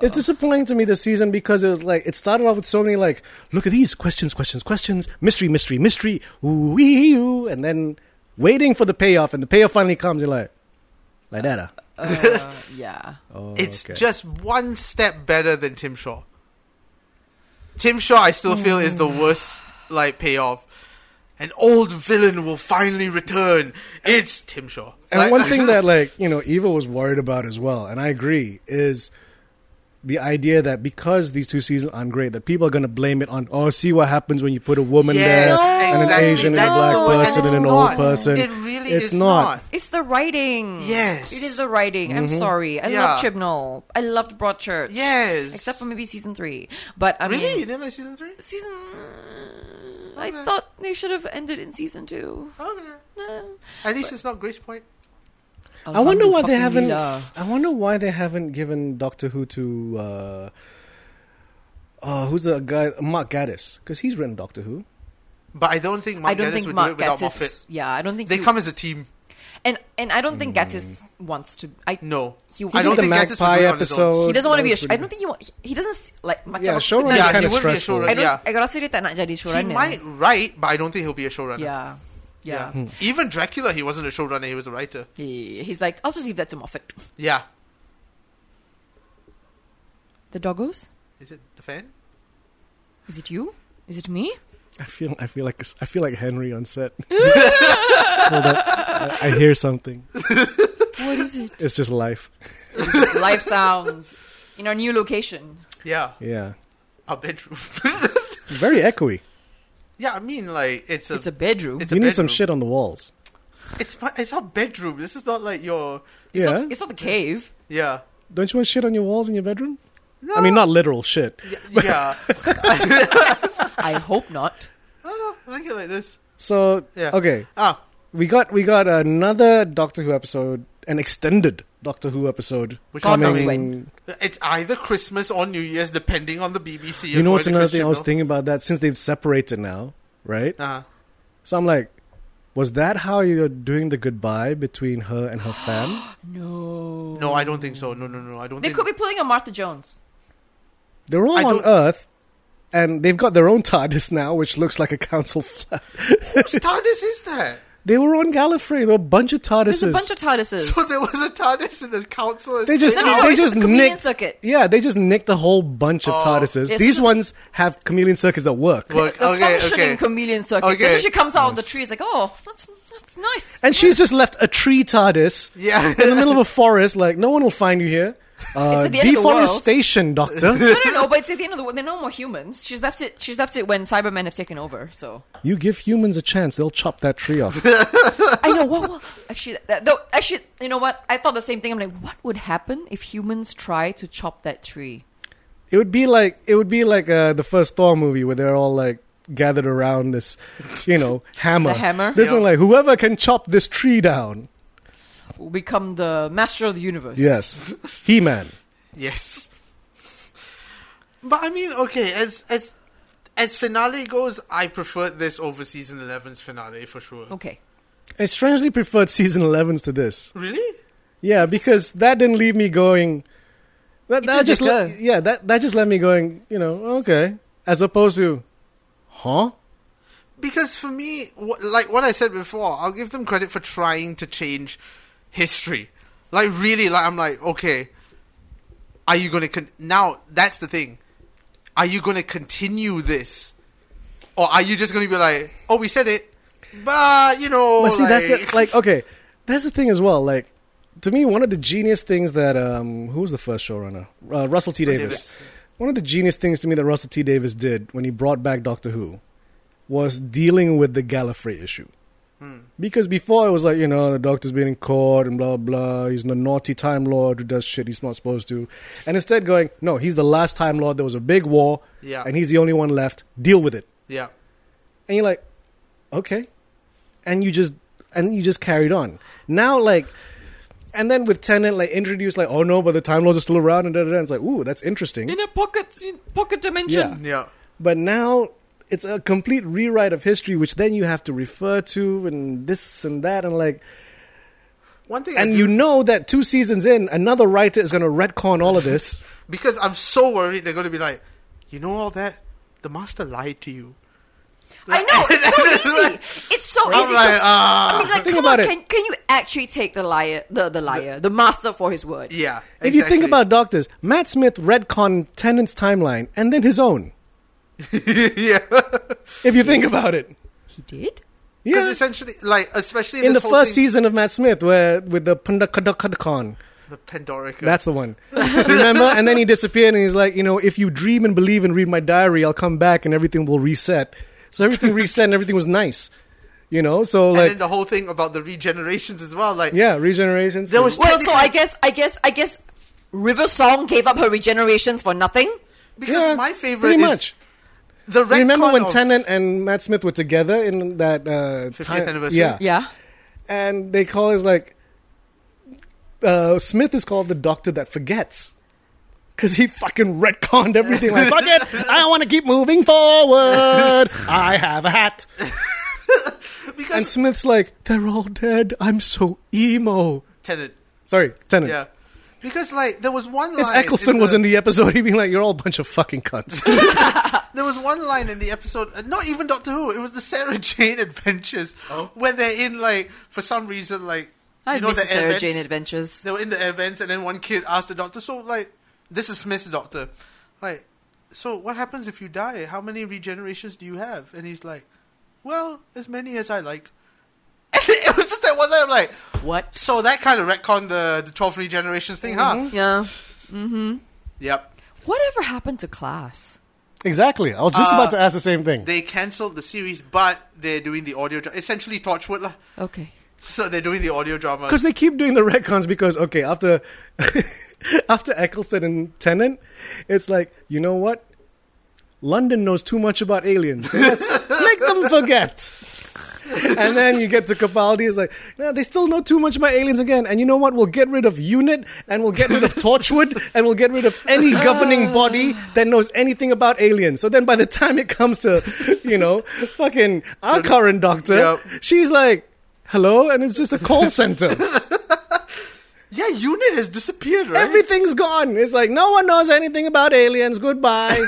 It's disappointing to me this season because it was like it started off with so many like, look at these questions, questions, questions, mystery, mystery, mystery, ooh, wee, ooh, and then waiting for the payoff, and the payoff finally comes. You're like, like that. ah. [laughs] Uh, yeah. Oh, it's okay. just one step better than Tim Shaw. Tim Shaw, I still feel is Mm. the worst like payoff. An old villain will finally return. It's Tim Shaw. And Like- [laughs] one thing that like, you know, Evil was worried about as well, and I agree, is the idea that because these two seasons aren't great, that people are gonna blame it on oh, see what happens when you put a woman there Yes, and an exactly. Asian and a That's black the one- and person and, it's an not. old person. It really it's is not. not. It's the writing. Yes. It is the writing. I'm Mm-hmm. sorry. I Yeah. love Chibnall. I loved Broadchurch. Yes. Except for maybe season three. But I really, you mean, didn't like season three? season. I Okay. thought they should have ended in season two. Okay. No. Oh, At least it's not Grace Point. I wonder why they haven't. I wonder why they haven't given Doctor Who to uh, uh, who's the guy Mark Gaddis because he's written Doctor Who. But I don't think Mark I don't Gatiss think would Mark do it without Gatiss. Moffat. Yeah, I don't think They he- come as a team. And and I don't think Gattis Mm. wants to. I No, He- I He don't did think the Gatiss would Magpie do it on his own. episode. he doesn't want to be a. Those Sh- would- I don't think he wa- he, he doesn't s- like much. Yeah, of a- showrunner Yeah, is he kind of would be a stressful. showrunner. I don't. yeah. I gotta say that not jadi He showrunner. might Hmm. write, but I don't think he'll be a showrunner. Yeah, yeah. Hmm. Even Dracula, he wasn't a showrunner; he was a writer. He, he's like, I'll just leave that to Moffat. Yeah. The doggos? Is it the fan? Is it you? Is it me? I feel. I feel like. I feel like Henry on set. [laughs] Hold up. I, I hear something. What is it? It's just life. Live sounds in our new location. Yeah. Yeah. Our bedroom. [laughs] Very echoey. yeah, I mean, like it's a. It's a bedroom. It's you a need some bedroom. shit on the walls. It's my, it's our bedroom. This is not like your. It's, yeah. not, it's not the cave. Yeah. don't you want shit on your walls in your bedroom? No. I mean, not literal shit. [laughs] Yeah. I hope [laughs] not. I don't know. I think it like this. So Yeah. okay. Ah, We got we got another Doctor Who episode, an extended Doctor Who episode Which God knows when. it's either Christmas or New Year's, depending on the BBC. You know what's another thing I was thinking about that since they've separated now, right? Uh, So I'm like, was that how you're doing the goodbye between her and her fam? No. no, I don't think so. No, no, no. I don't. They think... could [laughs] be pulling a Martha Jones. They're all I on don't- Earth, and they've got their own TARDIS now, which looks like a council flat. Whose TARDIS is that? They were on Gallifrey. There were a bunch of TARDISes. There's a bunch of TARDISes. So there was a TARDIS in the council. they just No, no, no, they it's just just a chameleon nicked circuit. yeah they just nicked a whole bunch of Oh. TARDISes. Yes, These it's- ones have chameleon circuits that work, Work. the Okay, functioning okay. chameleon circuit. Okay. Just when she comes out of the tree, it's like, oh, that's that's nice. and she's just left a tree TARDIS Yeah. in the middle of a forest. Like no one will find you here. Uh, at the end of the world. deforestation, [laughs] Doctor. I don't know, but it's at the end of the world. They're no more humans. She's left it. She's left it when Cybermen have taken over. So you give humans a chance, they'll chop that tree off. I know. What, what- actually, that, though, actually, you know what? I thought the same thing. I'm like, what would happen if humans try to chop that tree? It would be like it would be like uh, the first Thor movie where they're all like gathered around this, [laughs] you know, hammer. The hammer? This Yeah. one like whoever can chop this [laughs] tree down. Will become the master of the universe. Yes, He Man. Yes. But I mean, okay, as as as finale goes, I prefer this over season 11's finale for sure. Okay. I strangely preferred season 11s to this. Really? Yeah, because that didn't leave me going. That, It that did just just le- go. yeah that that just left me going. You know, okay, as opposed to, huh? Because for me, wh- like what I said before, I'll give them credit for trying to change history. Like really, like I'm like, okay, are you going to con- now? That's the thing. Are you going to continue this, or are you just going to be like, oh, we said it, but you know, But see, like, that's the, like okay, that's the thing as well. Like to me, one of the genius things that um, who was the first showrunner? Uh, Russell T Davis. Davis. One of the genius things to me that Russell T Davis did when he brought back Doctor Who was dealing with the Gallifrey issue. Because before it was like you know the Doctor's been in court and blah blah. He's a naughty Time Lord who does shit he's not supposed to, and instead going no, he's the last Time Lord. There was a big war, Yeah. and he's the only one left. Deal with it yeah, and you're like okay and you just and you just carried on now like and then with tenant like introduced like oh no but the time lords are still around and da da da it's like ooh that's interesting In a pocket pocket dimension. Yeah. yeah. but now it's a complete rewrite of history which then you have to refer to and this and that and like One thing, I and do- you know that two seasons in another writer is going to retcon all of [laughs] this because I'm so worried they're going to be like, you know all that? The master lied to you. I know. It's so easy. It's so I'm easy. like, 'cause- ah. I mean, like, Think come on, about it. Can, can you actually take the liar, the, the liar, the master for his word? yeah. if you exactly. think about doctors matt smith retcon tenant's timeline and then his own [laughs] yeah, If you think about it, He did? because yeah. essentially, like especially In this the whole first thing, season of Matt Smith, where with the Pandakadakadakon, the Pandorica. that's [laughs] the one. Remember? And then he disappeared, and he's like, you know, if you dream and believe and read my diary, I'll come back, and everything will reset. So everything reset, and everything was nice. You know, so and like, then the whole thing about the regenerations as well. Like, yeah, regenerations. There was- Well, so I Technically- guess, I guess, I guess River Song gave up her regenerations for nothing. because Yeah, my favorite pretty is much. the retcon Remember when of- Tennant and Matt Smith were together in that uh, 50th time- anniversary? Yeah. Yeah. and they call is like uh, Smith is called the doctor that forgets because he fucking retconned everything. Like fuck it, I want to keep moving forward. I have a hat, [laughs] because and Smith's like, they're all dead. I'm so emo. Tennant, Sorry, Tennant. yeah, because like there was one If line Eccleston in was the- in the episode, he'd be like, "You're all a bunch of fucking cunts." [laughs] There was one line in the episode, uh, not even Doctor Who. It was the Sarah [laughs] Jane Adventures, where they're in like for some reason like I you know miss the the Sarah events. Jane Adventures. They were in the events, and then one kid asked the doctor, "So like, this is Smith's doctor, like, so what happens if you die? How many regenerations do you have?" And he's like, "Well, as many as I like." [laughs] And it was just that one line. I'm like, What? so that kind of retcon the the twelve regenerations thing, huh? Yeah. Yep. Whatever happened to class? exactly. I was just Ah. about to ask the same thing. They cancelled the series, but they're doing the audio, dra- essentially Torchwood lah. Okay. So they're doing the audio drama. Because they keep doing the retcons because okay, after [laughs] after Eccleston and Tennant, it's like, you know what? London knows too much about aliens. So let's make them forget. and then you get to Capaldi, it's like, no, they still know too much about aliens again. And you know what? We'll get rid of UNIT and we'll get rid of Torchwood and we'll get rid of any governing body that knows anything about aliens. So then by the time it comes to, you know, fucking our current doctor, Yep. she's like, hello? And it's just a call center. yeah, Unit has disappeared, right? Everything's gone. It's like no one knows anything about aliens. [laughs] Goodbye.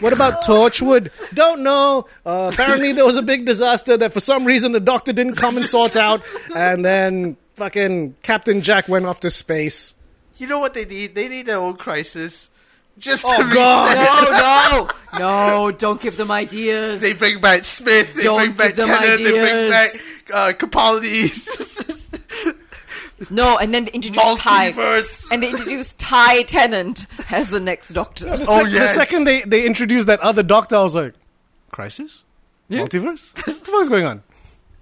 what about Torchwood? Don't know. Uh, apparently, there was a big disaster that for some reason the doctor didn't come and sort out, and then fucking Captain Jack went off to space. you know what they need? They need their own crisis. Just Oh, to reset. God. [laughs] No, no, no! Don't give them ideas. [laughs] They bring back Smith. They Don't bring back give them Tennant. They bring ideas. back uh, Capaldi. no, and then they introduce [laughs] Multiverse. Ty, and they introduce Ty Tennant as the next Doctor. The Oh, the yes. second they they introduced that other doctor, I was like, crisis, multiverse. [laughs] what the fuck's going on?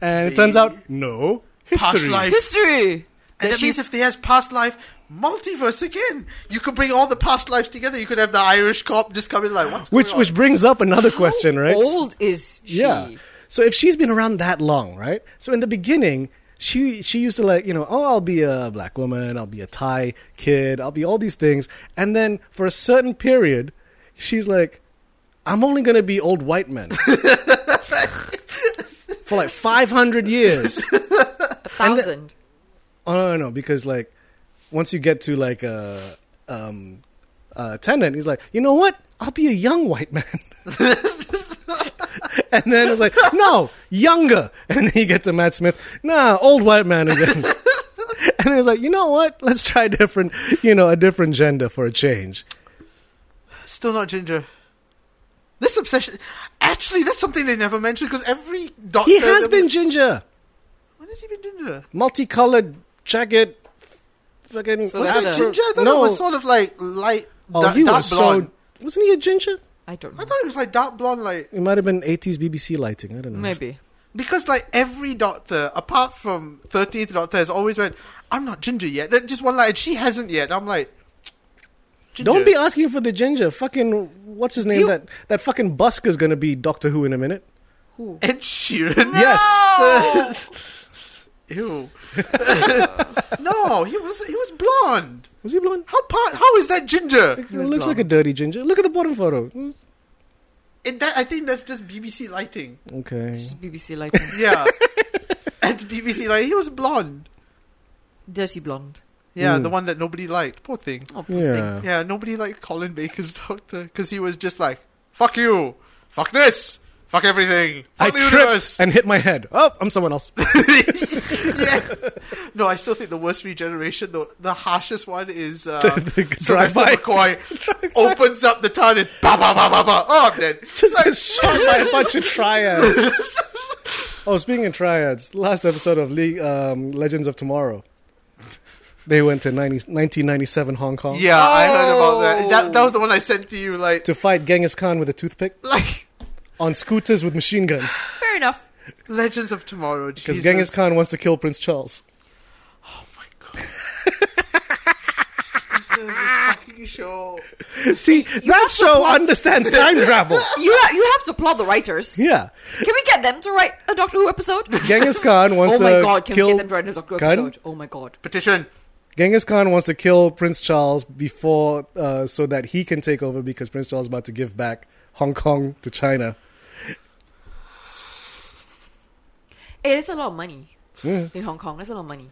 And it turns out, no history. Past life. History. And that she- means if they has past life, multiverse again. You could bring all the past lives together. You could have the Irish cop just come in like, what's Which going which brings up another question, right? old is she? Yeah. So if she's been around that long, right? So in the beginning, she she used to like, you know, oh, I'll be a black woman, I'll be a Thai kid, I'll be all these things. And then for a certain period, she's like, I'm only going to be old white men. for like 500 years. A thousand. Oh, no, no, because like once you get to like a um uh tenant, he's like, you know what? I'll be a young white man. [laughs] and then it's like, no, younger. [laughs] And then you get to Matt Smith, nah, old white man again. [laughs] and then it's like, you know what? Let's try different, you know, a different gender for a change. on? Still not Ginger. This obsession. Actually, that's something they never mentioned because every doctor. He has that- been ginger, When has he been Ginger? multicolored, jagged, fucking. So Was Ladder. that Ginger? I thought No. it was sort of like light. Oh, da- he dark was blonde. so. Wasn't he a ginger? I don't I know. thought it was like dark blonde, like It might have been 80s BBC lighting. I don't know. Maybe. because like every doctor, apart from thirteenth doctor, has always went. I'm not ginger yet. That just one line. She hasn't yet. I'm like, ginger. Don't be asking for the ginger. Fucking what's his name? you- that that fucking busker's gonna be Doctor Who in a minute. Ed [laughs] Sheeran. [laughs] Yes. Ew. [laughs] no, he was he was blonde. Was he blonde? How part? How is that ginger? He looks like a dirty ginger. Look at the bottom photo. Mm, And that I think that's just BBC lighting. Okay. Just BBC lighting. [laughs] Yeah, it's BBC lighting. He was blonde. Dirty blonde. Yeah, Mm. the one that nobody liked. Poor thing. Oh, poor Yeah. Yeah, nobody liked Colin Baker's doctor because he was just like, "Fuck you, fuck this, Fuck everything. Fuck I the tripped universe. and [laughs] hit my head. Oh, I'm someone else. [laughs] yeah. No, I still think the worst regeneration, the the harshest one [laughs] is uh, The drive Sylvester by. [laughs] McCoy opens up the TARDIS. Ba ba ba ba ba. Oh, I'm dead. Just got shot by a bunch of triads. oh, speaking of triads, last episode of League, um, Legends of Tomorrow, they went to 90, 1997 Hong Kong Yeah, I heard about Oh. that. that. That was the one I sent to you. Like, to fight Genghis Khan with a toothpick [laughs] like on scooters with machine guns Fair enough. Legends of Tomorrow. because Jesus. Genghis Khan wants to kill Prince Charles. Jesus, this fucking show. See, that show [laughs] understands time travel. You ha- you have to applaud the writers. Yeah, Can we get them to write a Doctor Who [laughs] episode? Genghis Khan wants oh my to god! Can kill we get them to write a Doctor Who Gun? episode? Oh my god! Petition. Genghis Khan wants to kill Prince Charles before, uh, so that he can take over because Prince Charles is about to give back Hong Kong to China. It is a lot of money in Hong Kong. That's a lot of money.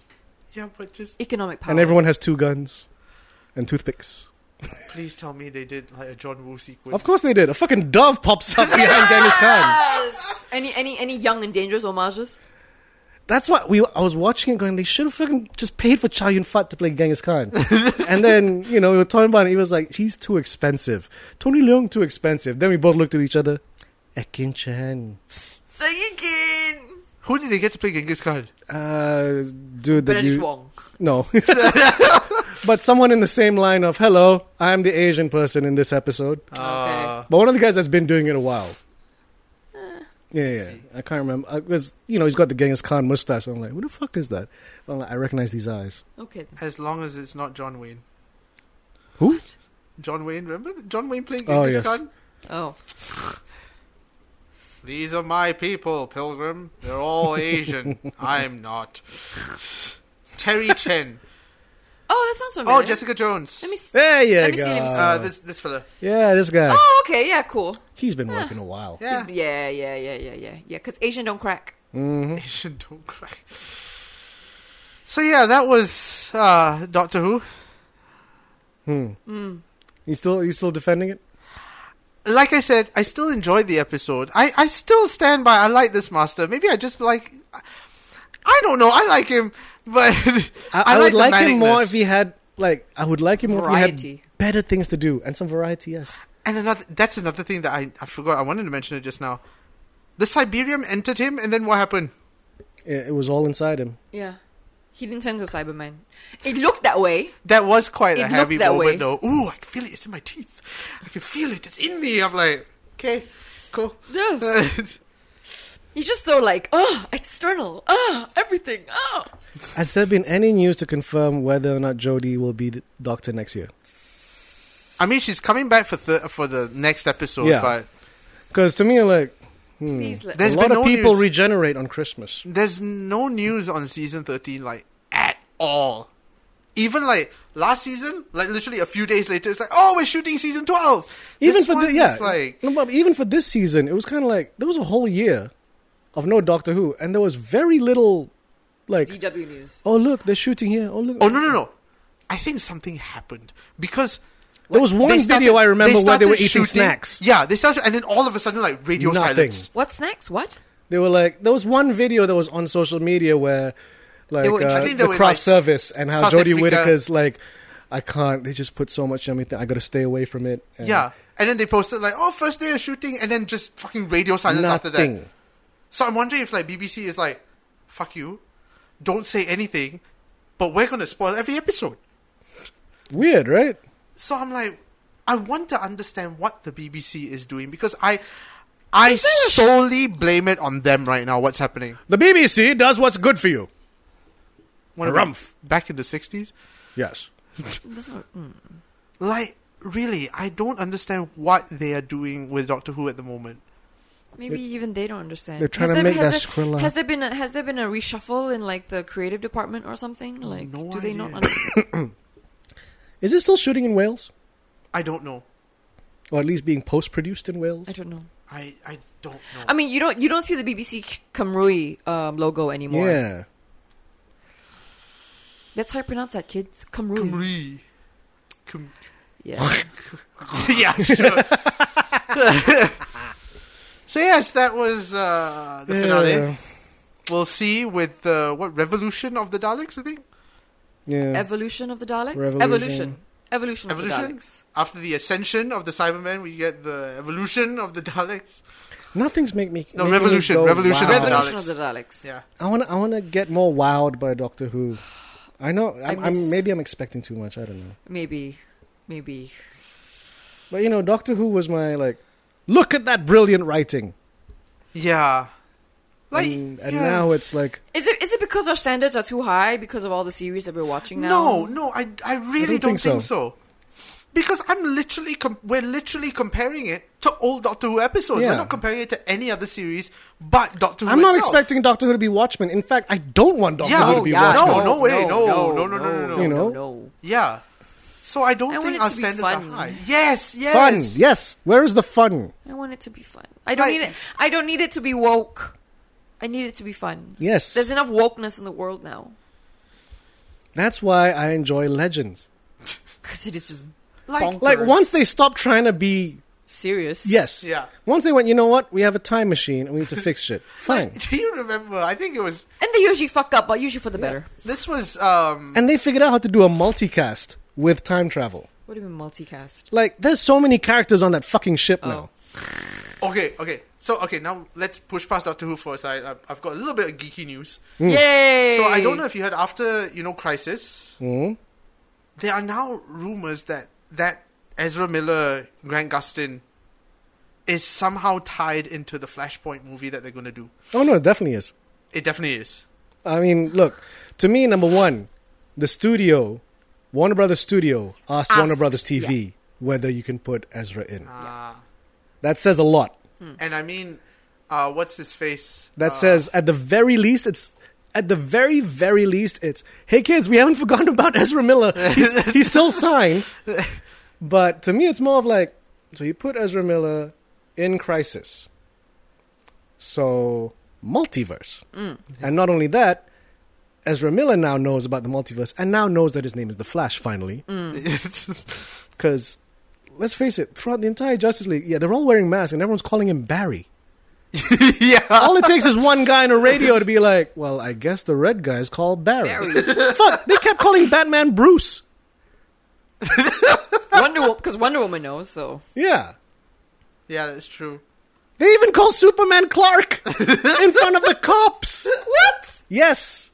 Yeah, but just Economic power. And everyone has two guns and toothpicks. please tell me they did like a John Woo sequence. Of course they did. A fucking dove pops up behind Genghis Khan. Yes. Any any any young and dangerous homages? That's what we. I was watching it going. They should have fucking just paid for Chow Yun Fat to play Genghis Khan. and then you know we were talking about it. He was like, he's too expensive. Tony Leung too expensive. Then we both looked at each other. Ekin Chen, So you can. Who did they get to play Genghis Khan? uh, dude, that Benedict you Wong. No. [laughs] but someone in the same line of, hello, I'm the Asian person in this episode. Uh, But one of the guys that's been doing it a while. Yeah, yeah. I can't remember. I was, you know, he's got the Genghis Khan mustache. I'm like, who the fuck is that? I'm like, I recognize these eyes. Okay. then. as long as it's not John Wayne. Who? John Wayne, remember John Wayne playing Oh, Genghis yes. Khan? Oh. These are my people, Pilgrim. They're all [laughs] Asian. I'm not. Terry [laughs] Chen. Oh, that sounds familiar. Oh, Jessica Jones. Let me. See. There you Let me go. see, let me see. Uh, this this fella. yeah, this guy. Oh, okay. Yeah, cool. He's been working a while. Yeah. Yeah, yeah, yeah, yeah, yeah, yeah. Because Asian don't crack. Mm-hmm. hmm Asian don't cry. So yeah, that was uh, Doctor Who. Hmm. He's still, he's still defending it. Like I said, I still enjoyed the episode. I, I still stand by. I like this master. Maybe I just like. I don't know. I like him, but [laughs] I, I I would like like the him more if manicness. he had, like, I would like him more if he had Variety. better things to do and some variety. Yes. And another that's another thing that I, I forgot. I wanted to mention it just now. The Siberian entered him, and then what happened? It, it was all inside him. Yeah. He didn't turn to Cyberman. It looked that way. That was quite It a looked heavy that moment, way. though. Ooh, I can feel it. It's in my teeth. I can feel it. It's in me. I'm like, okay, cool. Ugh. You're just so like, oh, external, oh, everything, oh. Has there been any news to confirm whether or not Jodie will be the doctor next year? [laughs] I mean, she's coming back for th- for the next episode, Yeah. but Because to me, like, hmm, Please let. There's a been lot no of people news. regenerate on Christmas. there's no news on season 13 like at all even like last season like literally a few days later it's like oh we're shooting season 12 Even This for one the, yeah, is like no, but even for this season, it was kind of like there was a whole year of no Doctor Who, and there was very little, like, DW News. oh look, they're shooting here. Oh look, oh no no no i think something happened because there was one they video started- I remember where they started were eating shooting- snacks. yeah they started and then all of a sudden like radio Nothing. silence What's next? What? They were like, there was one video that was on social media where, like, were- uh, I think they the were in, craft like, service and how South Jodie Africa. Whittaker's like, I can't. They just put so much on me. That I got to stay away from it. And yeah and then they posted like oh first day of shooting and then just fucking radio silence after that nothing. So I'm wondering if like BBC is like, fuck you, don't say anything, but we're gonna spoil every episode. Weird, right? So I'm like, I want to understand what the BBC is doing because I, I solely blame it on them right now. What's happening? The BBC does what's good for you. What about Harumph. Back in the '60s, Yes. That's not- mm. like really, I don't understand what they are doing with Doctor Who at the moment. Maybe even they don't understand. they're trying to make that uh, Skrilla- there, has there been a, has there been a reshuffle in like the creative department or something? Like, No do they not? idea. Under- Is it still shooting in Wales, I don't know. or at least being post-produced in Wales? I don't know. I I don't know. I mean, you don't you don't see the BBC Kamrui um, logo anymore. Yeah. That's how you pronounce that, kids. Kamrui. Kumri. Kum- Yeah. [laughs] yeah, sure. So yes, that was uh, the finale. Yeah. We'll see with uh, what revolution of the Daleks, I think. [laughs] yeah. Evolution of the Daleks? Revolution. Evolution. Evolution of the Evolution? Daleks. After the ascension of the Cybermen, we get the evolution of the Daleks. Nothing's make me No, making me revolution, go, revolution of the wow. Revolution Daleks. of the Daleks. Yeah, I want to. I want to get more wowed by Doctor Who. I know. I'm, I miss- I'm maybe I'm expecting too much. I don't know. Maybe. Maybe. But you know, Doctor Who was my like. Look at that brilliant writing. yeah. Like and, and yeah. now it's like Is it is it because our standards are too high because of all the series that we're watching now? No, no, I, I really think don't, think, so. so. Because I'm literally com- we're literally comparing it to old Doctor Who episodes. Yeah. We're not comparing it to any other series but Doctor Who. I'm not itself. expecting Doctor Who to be Watchmen. In fact, I don't want Doctor Yeah. Who to Oh, be yeah. Watchmen. No, no way, no, no, no, no, no, You know? no. Yeah. So I don't I want think it our to be standards fun. are high. Yes, yes. Fun. Yes. Where is the fun? I want it to be fun. I don't Like- need it. I don't need it to be woke. I need it to be fun. Yes. There's enough wokeness in the world now That's why I enjoy Legends. because it is just Like Like Course. once they stopped trying to be serious. yes. Yeah. Once they went, you know what? We have a time machine and we need to fix [laughs] shit. Fine. do you remember? I think it was and they usually fuck up, but usually for the better. this was um and they figured out how to do a multicast with time travel. What do you mean multicast? Like there's so many characters on that fucking ship now. okay, okay. So okay, now let's push past Doctor Who for a side. I've, I've got a little bit of geeky news. Yay! Hmm. So I don't know if you heard after you know Crisis, Mhm. there are now rumors that that Ezra Miller Grant Gustin is somehow tied into the Flashpoint movie that they're going to do. Oh no, it definitely is. It definitely is. I mean, look, to me, number one, the studio, Warner Brothers Studio, asked, Asked, Warner Brothers TV whether you can put Ezra in. Uh, That says a lot. And I mean, uh, what's his face? Hmm. That Uh, says, at the very least, it's at the very very least, it's hey kids, we haven't [laughs] forgotten about Ezra Miller. He's, he's still signed, but to me, it's more of like so you put Ezra Miller in Crisis, so multiverse, and not only that. Ezra Miller now knows about the multiverse and now knows that his name is the Flash finally. [laughs] Because let's face it, throughout the entire Justice League, yeah, they're all wearing masks and everyone's calling him Barry. [laughs] yeah. All it takes is one guy in a radio to be like, well, I guess the red guy is called Barry. Barry. [laughs] Fuck, they kept calling Batman Bruce. Wonder because Wonder Woman knows. [laughs] So Yeah. Yeah, that's true. They even call Superman Clark in front of the cops. what? Yes.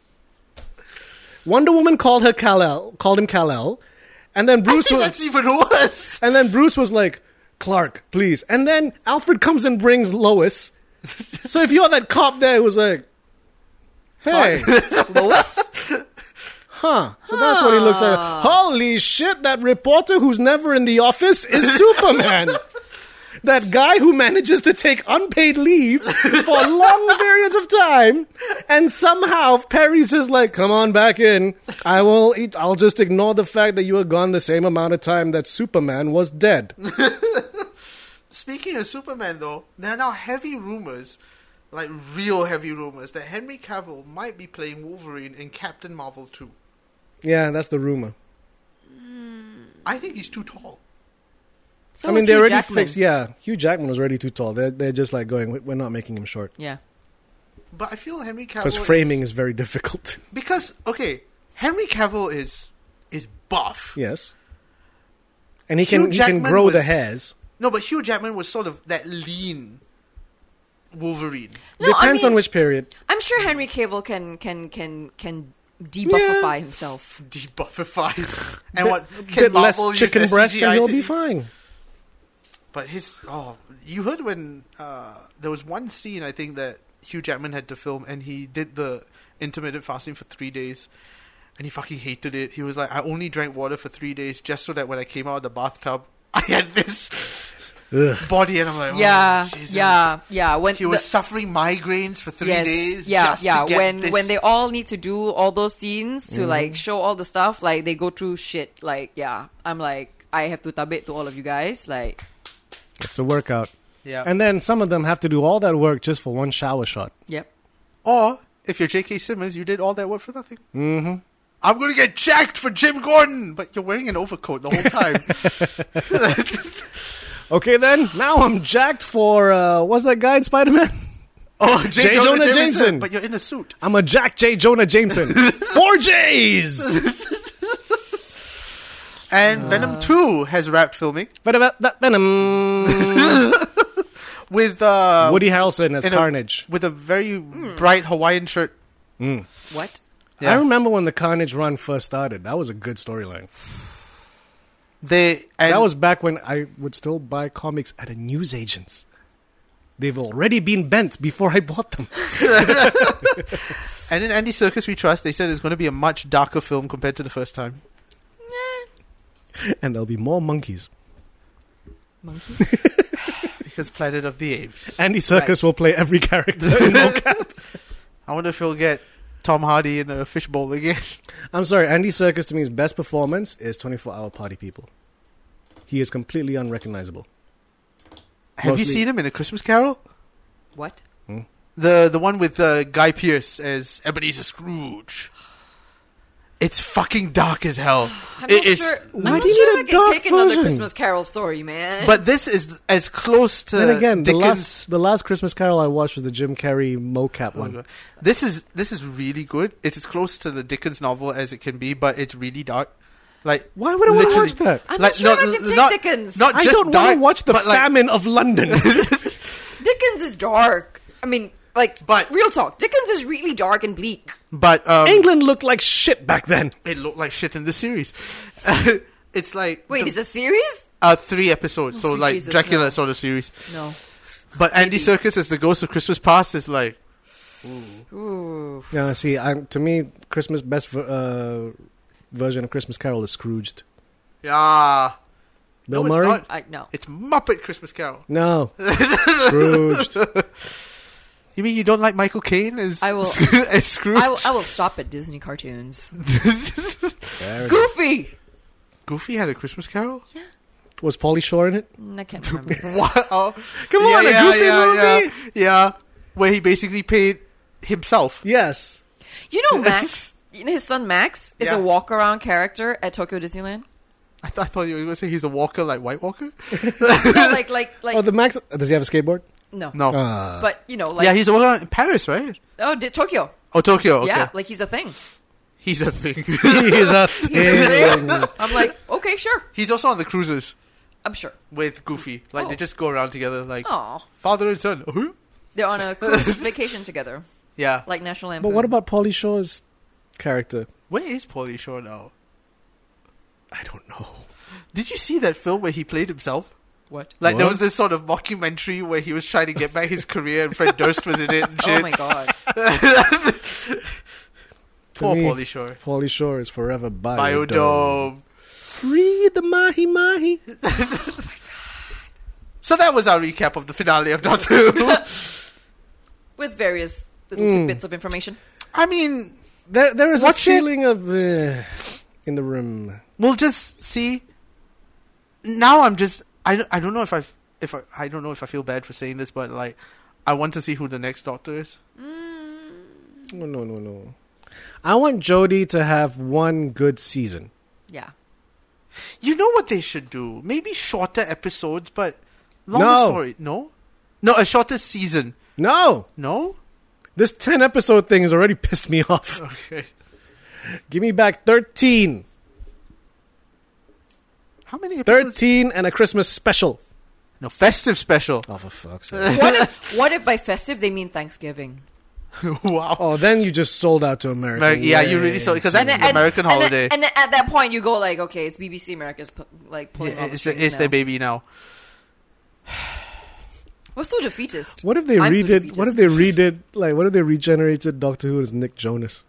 Wonder Woman called her Kal-El, called him Kal-El, and then I Bruce think [laughs] was that's even worse. and then Bruce was like, "Clark, please." And then Alfred comes and brings Lois. so if you're that cop there who was like, "Hey, Lois? Huh. So that's what he looks like. Holy shit, that reporter who's never in the office is [laughs] Superman. that guy who manages to take unpaid leave for [laughs] long periods of time and somehow Perry's just like, "Come on back in. I will eat I'll just ignore the fact that you were gone the same amount of time that Superman was dead." Speaking of Superman, though, there are now heavy rumors, like real heavy rumors, that Henry Cavill might be playing Wolverine in Captain Marvel 2. yeah, that's the rumor. I think he's too tall. So I mean, is they Hugh already Jackman. fixed. Yeah, Hugh Jackman was already too tall. They're, they're just like going, "We- we're not making him short. Yeah. But I feel Henry Cavill. Because is- framing is very difficult. [laughs] because okay, Henry Cavill is is buff. Yes. And he Hugh can he can Jackman grow the was- hairs. No, but Hugh Jackman was sort of that lean Wolverine. [laughs] No, Depends I mean, on which period. I'm sure Henry Cavill can can can can debuffify Yeah. himself. Debuffified. [laughs] and Bit- what a can bit less Marvel use chicken their breast CGI and he'll to be use? fine. But his oh, you heard when uh, there was one scene I think that Hugh Jackman had to film, and he did the intermittent fasting for three days, and he fucking hated it. He was like, I only drank water for three days just so that when I came out of the bathtub, [laughs] I had this Ugh. body, and I'm like, oh, yeah, Jesus. yeah, yeah. When He was the- suffering migraines for three yes, days. yeah, just yeah. To get when this. when they all need to do all those scenes to like show all the stuff, like they go through shit. Like yeah, I'm like I have to tabit to all of you guys. Like It's a workout. yeah. And then some of them have to do all that work just for one shower shot. yep. Or if you're J.K. Simmons, you did all that work for nothing. Mm-hmm. I'm gonna get [laughs] jacked for Jim Gordon, but you're wearing an overcoat the whole time. Okay, then now I'm jacked for uh, what's that guy in Spider Man? Oh, J. J. Jonah, Jonah Jameson, Jameson. But you're in a suit. [laughs] I'm a Jack J Jonah [laughs] Jameson. Four J's. Ah. And Venom 2 has wrapped filming But about [laughs] that venom. with uh, Woody Harrelson as in a- Carnage. with a very bright Hawaiian shirt. What? Yeah. I remember when the Carnage run first started. That was a good storyline. They and That was back when I would still buy comics at a newsagent's. They've already been bent before I bought them. [laughs] and in Andy Circus We Trust, they said it's going to be a much darker film compared to the first time. And there'll be more monkeys. Monkeys? Because Planet of the [laughs] Apes. Andy Circus will play every character [laughs] in mocap. I wonder if he'll get Tom Hardy in a fishbowl again. I'm sorry, Andy Circus to me's best performance is 24 Hour Party People. He is completely unrecognizable. Have you Mostly- seen him in A Christmas Carol? [laughs] what? The the one with uh, Guy Pearce as Ebenezer Scrooge. It's fucking dark as hell. I'm It not is- sure. I'm Why not do you sure if need I a can dark take another version? Christmas Carol story, man. But this is as close to Then again, the Dickens. last, the last Christmas Carol I watched was the Jim Carrey mocap Oh my one. God. This is this is really good. It's as close to the Dickens novel as it can be, but it's really dark. Like Why would I want to literally- watch that? I'm like, not sure not- if I can take not- Dickens. not I just don't want dark, to watch the but, like- famine [laughs] of London. Dickens is dark. I mean, like, But- real talk. Dickens is really dark and bleak. But um, England looked like shit back then. it looked like shit in the series. [laughs] it's like Wait, the- is this series? uh, three episodes, so sweet like Oh, Jesus, Dracula no. sort of series. No. But Andy Circus as the Ghost of Christmas Past is like Ooh. Yeah, see, I'm, to me, Christmas best ver- uh, version of Christmas Carol is Scrooged. yeah. Bill no, Murray. It's, not. I [laughs] no. it's Muppet Christmas Carol. [laughs] No, Scrooged. You mean you don't like Michael Caine as, [laughs] I will- as Scrooge? I will, I will stop at Disney [laughs] cartoons. There it is. Goofy. Goofy had a Christmas Carol? [laughs] Was Paulie Shore in it? Mm, I can't remember. What? Oh. Come on, a Goofy movie. Yeah, yeah. Where he basically paid himself. Yes. You know Max. You know his son Max is Yeah. a walk around character at Tokyo Disneyland. I, th- I thought you were going to say he's a walker like White Walker. No, like like like oh, the Max. Does he have [laughs] a skateboard? no. No. Uh, But you know, like yeah, he's a walker in Paris, right? oh di- Tokyo. Oh, Tokyo. Okay. Yeah, like he's a thing. He's a thing. [laughs] he's a He's a thing. thing. I'm like, okay, sure. he's also on the cruises I'm sure. with Goofy. Like, they Oh. just go around together, like Oh. father and son. Uh-huh. They're on a cruise vacation together, Yeah. like National But Lampoon. what about Paulie Shore's character? Where is Paulie Shore now? I don't know. Did you see that film where he played himself? what? Like there What? was this sort of mockumentary where he was trying to get back his career, and Fred Durst was in it. And [laughs] shit. Oh [laughs] my god. To Poor me, Paulie Shore. Paulie Shore is forever biodome. Biodome. Free the mahi mahi. So that was our recap of the finale of Doctor [laughs] Who. With various little Mm. tidbits of information. I mean, There, there is Watch a it. feeling of uh, in the room. we'll just see. Now I'm just I, don't- I don't know if I if I, I don't know if I feel bad for saying this, but like I want to see who the next Doctor is. Mm, No, no, no, no. I want Jodie to have one good season. Yeah. You know what they should do? Maybe shorter episodes, but longer No. story. No, no, a shorter season. No, No. this ten episode thing has already pissed me [laughs] off. Okay. Give me back thirteen. How many episodes? 13 and a Christmas special. No, festive special. [laughs] Oh, for fuck's What if, what if by festive they mean Thanksgiving? wow. oh, then you just sold out to America. Ameri- yeah, you really sold because that's then- an American and then- holiday. And then at that point, you go like, okay, it's BBC America's pu- like Oh, pulling Yeah, all the it's the- strings it's their now. baby now. We're so defeatist. What if they I'm so redid? What if they defeatist. redid? Like, what if they regenerated Doctor Who as Nick Jonas?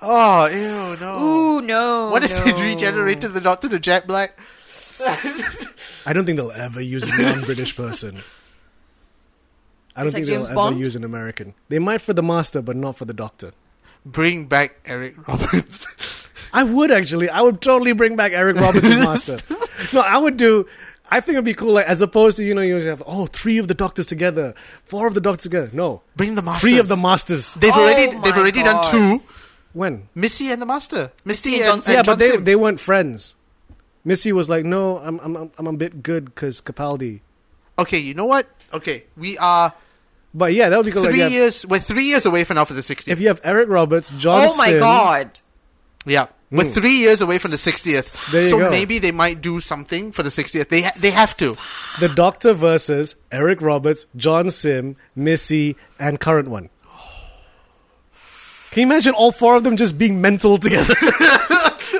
Oh, ew, no. Ooh no! what if they no. regenerated the Doctor to Jack Black? I don't think they'll ever use a [laughs] non-British person. I don't It's like think they'll James ever Bond? use an American. They might for the Master, but not for the Doctor. Bring back Eric [laughs] Roberts. I would actually. I would totally bring back Eric Roberts' [laughs] Master. No, I would do. I think it'd be cool. Like, as opposed to you know, you usually have oh, three of the Doctors together, four of the Doctors together. No, Bring the Masters. three of the Masters. They've Oh already my they've already God. done two. When Missy and the Master. Misty Missy and and, Johnson. and yeah, but they Johnson. they weren't friends. Missy was like, "No, I'm I'm I'm a bit good because Capaldi." Okay, you know what? Okay, we are But yeah, that would be cool. Like, three you have- years. We're three years away from now for the 60th. if you have Eric Roberts, John. Oh my Sim- god. yeah, we're Mm. three years away from the 60th. There you so go. maybe they might do something for the 60th. They ha- they have to. The Doctor versus Eric Roberts, John Sim, Missy, and current one. Can you imagine all four of them just being mental together? [laughs]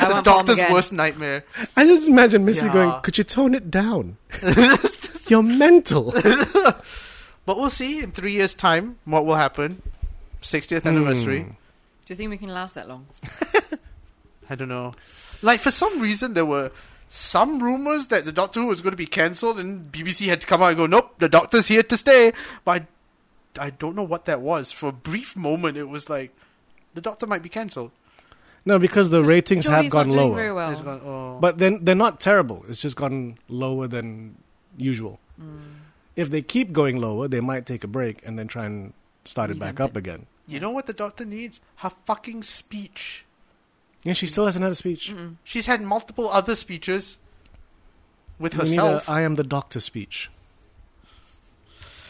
I The want Paul doctor's McGann. worst nightmare. I just imagine Missy Yeah. going, "Could you tone it down? [laughs] [laughs] You're mental." But we'll see in three years' time what will happen. 60th Hmm. anniversary. Do you think we can last that long? I don't know. Like for some reason there were some rumors that the Doctor Who was going to be cancelled, and BBC had to come out and go, "Nope, the Doctor's here to stay." But I, I don't know what that was. For a brief moment, it was like the Doctor might be cancelled. No, because the ratings have Jodie's not gone doing lower. Very well. It's gone, oh. But then they're not terrible. It's just gone lower than usual. Mm. If they keep going lower, they might take a break and then try and start it back Revamp up again. you know what the Doctor needs? Her fucking speech. Yeah, she still hasn't had a speech. She's had multiple other speeches with We need a herself. uh, I am the doctor speech.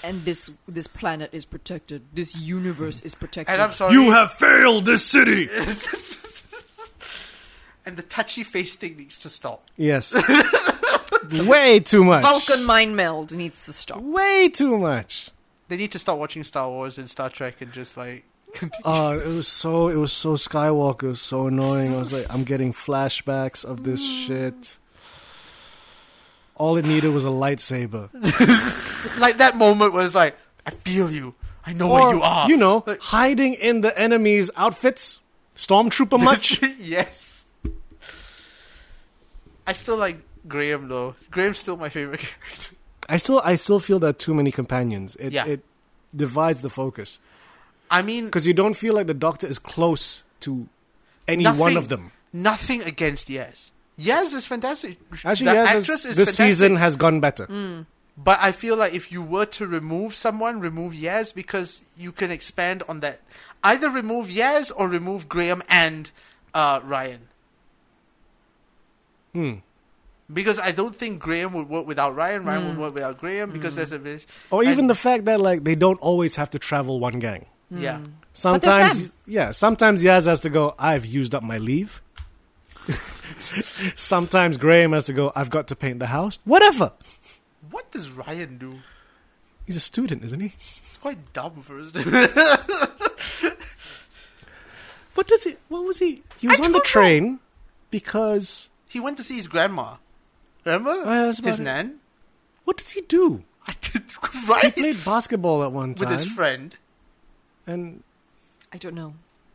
and this this planet is protected. This universe is protected. and I'm sorry. have failed this city. and the touchy face thing needs to stop. yes. Way too much. Vulcan mind meld needs to stop. Way too much. They need to start watching Star Wars and Star Trek and just like Oh, it was so it was so Skywalker, it was so annoying. I was like, I'm getting flashbacks of this shit. All it needed was a lightsaber. like that moment was like, I feel you. I know Or, where you are. You know, Like- hiding in the enemy's outfits. [laughs] Stormtrooper much? yes. I still like Graham though. Graham's still my favorite [laughs] character. I still I still feel there are too many companions. It Yeah. it divides the focus I mean, because you don't feel like the doctor is close to any nothing, one of them. Nothing against Yes. Yes is fantastic. Actually, the yes, actress it's- is this fantastic, season has gone better. But I feel like if you were to remove someone, remove Yes because you can expand on that. Either remove Yes or remove Graham and uh, Ryan. Hmm. Because I don't think Graham would work without Ryan. Ryan Hmm. would work without Graham because there's a bit. Or even and- the fact that like they don't always have to travel one gang. yeah. they're Sometimes, them. yeah, sometimes Yaz has to go. I've used up my leave. [laughs] sometimes Graham has to go. I've got to paint the house. Whatever. What does Ryan do? He's a student, isn't he? It's quite dumb for us. What does he? What was he? He was on don't the know. train because [laughs] he went to see his grandma. Remember Oh, yeah, that's about his it. nan? [laughs] what does he do? I did [laughs] He right played basketball at one time, with his friend. and I don't know.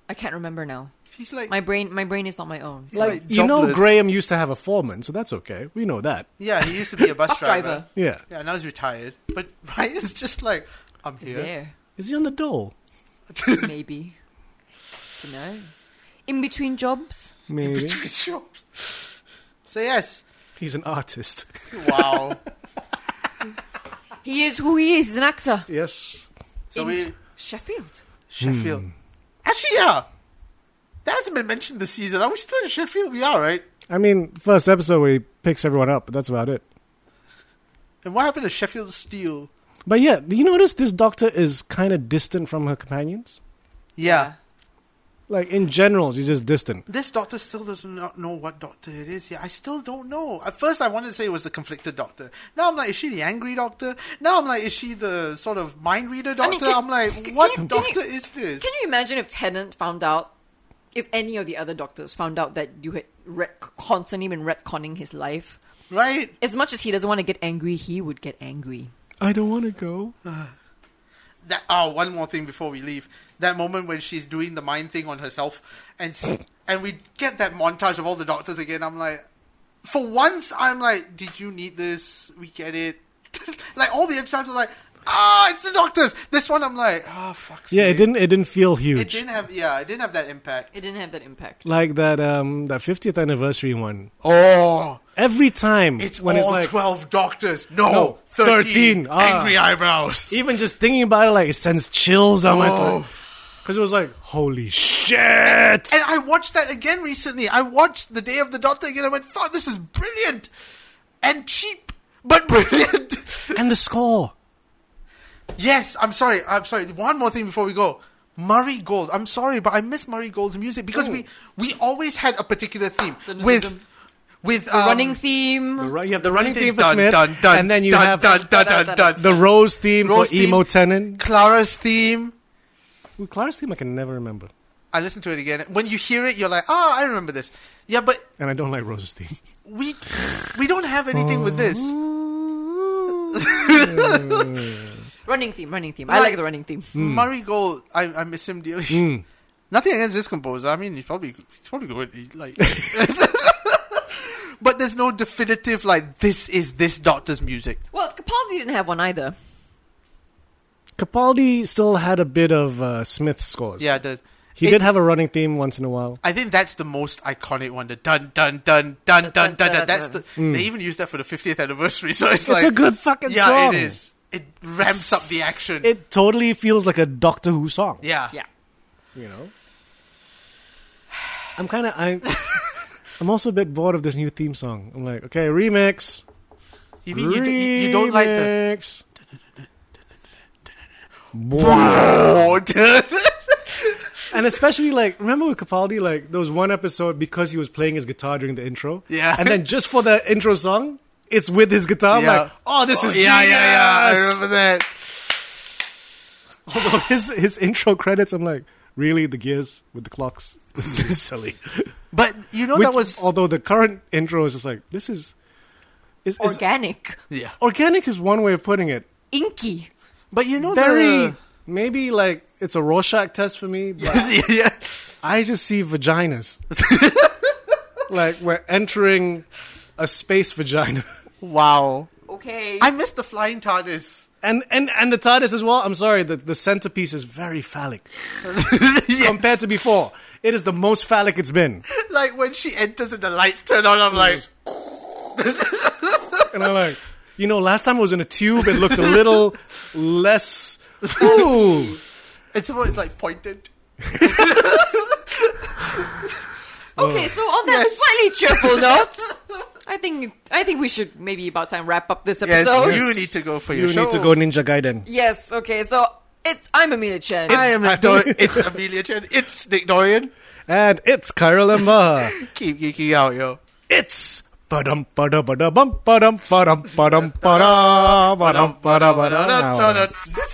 I can't remember now. He's like, My brain my brain is not my own. He's So. like, like you know, jobless. Graham used to have a foreman, so that's okay. We know that. yeah, he used to be [laughs] a bus, Bus driver. driver. Yeah, Yeah, now he's retired. But [laughs] Ryan's just like, I'm here. There, is he on the dole? [laughs] maybe. [laughs] Dunno. In between jobs, Maybe Between jobs. So yes, he's an artist. [laughs] [laughs] wow. he is who he is. He's an actor Yes, So in we Sheffield. Sheffield. Actually, yeah, that hasn't been mentioned this season. Are we still in Sheffield? We are, right? I mean, first episode where he picks everyone up, but that's about it. And what happened to Sheffield Steel? But yeah, do you notice this doctor is kind of distant from her companions? Yeah. Like in general, she's just distant. This doctor still does not know what doctor it is. Yeah, I still don't know. At first, I wanted to say it was the conflicted doctor. Now I'm like, is she the angry doctor? Now I'm like, is she the sort of mind reader I mean, doctor? I can- am like, can- what can you- can you- doctor is this? Can you imagine if Tennant found out, if any of the other doctors found out that you had ret- constantly been retconning his life? right? As much as he doesn't want to get angry, he would get angry. I don't want to go. That. Oh, one more thing before we leave. That moment when she's doing the mind thing on herself, and s- and we get that montage of all the doctors again. I'm like, for once, I'm like, did you need this? We get it. [laughs] like all the other times, I'm like, ah, it's the doctors. This one, I'm like, ah, oh, fuck. Yeah, it didn't. It didn't feel huge. It didn't have yeah, it didn't have that impact. It didn't have that impact. like that um that 50th anniversary one Oh, every time it's when all it's like twelve doctors. No, No, 13, 13, ah. angry eyebrows. even just thinking about it like it sends chills down my Oh. throat because it was like holy shit And I watched that again recently. I watched The Day of the Doctor again. I went, "Fuck, this is brilliant and cheap." but [laughs] brilliant. and the score. Yes, I'm sorry. I'm sorry. One more thing before we go. Murray Gold. I'm sorry, but I miss Murray Gold's music because we we always had a particular theme The- the- with the- with The um, running theme. The ru- you have the running theme for dun, Smith, dun, dun, and then you dun, have dun, dun, dun, dun, dun. the Rose theme Rose for Emo theme. Tenon. Clara's theme. Ooh, Clara's theme I can never remember, I listened to it again. When you hear it, you're like, ah, I remember this. Yeah, but and I don't like Rose's theme. we we don't have anything with this. Running theme, running theme. I Right. like the [laughs] running theme. Hmm. Murray Gold, I, I miss him dearly. Mm. [laughs] Nothing against this composer. I mean, he's probably he's probably good. He's like, [laughs] but there's no definitive like this is this doctor's music. Well, Capaldi didn't have one either. [laughs] Capaldi still had a bit of uh, Smith scores. Yeah, the, he it- did have a running theme once in a while. I think that's the most iconic one. The dun dun dun dun dun dun. dun that's the. They even used that for the 50th anniversary. [laughs] So it's, Hmm. It's like a good fucking yeah, song. it is. It ramps up the action. It totally feels like a Doctor Who song. yeah, Yeah. you know. I'm kind of I'm. [laughs] I'm also a bit bored of this new theme song. I'm like, okay, remix. You, mean you, you, you don't like the. [laughs] remix. [laughs] and especially like remember with Capaldi, like there was one episode because he was playing his guitar during the intro. Yeah. And then just for the intro song, it's with his guitar. I'm Yeah. like, oh, this is yeah, yeah, yeah. I genius! remember that. Although [laughs] his his intro credits, I'm like, really the gears with the clocks. [laughs] This is silly. But you know Which- that was although the current intro is just like this is. Is, is Organic. yeah. organic is one way of putting it. Inky. But you know Very the maybe like it's a Rorschach test for me, but [laughs] yeah. I just see vaginas. like we're entering a space vagina. Wow. Okay. I miss the flying TARDIS. [laughs] And and and the TARDIS as well. I'm sorry, the, the centerpiece is very phallic yeah. compared to before. It is the most phallic it's been. Like when she enters and the lights turn on, I'm like, And I'm like, you know, last time it was in a tube, it looked a little less Ooh. it's always like pointed. okay, so on that [laughs] slightly cheerful note, I think I think we should maybe about time wrap up this Yes, episode. you need to go for You your show. need to go Ninja Gaiden. Yes, okay, so it's I'm Amelia Chen. I [laughs] am Nick Dorian. It's Amelia Chen. It's Nick Dorian. And it's Kyra Lemma. Keep geeking out, yo. it's Badum bada bada bum badum badum badum badum badum badum badum badum No, no, no.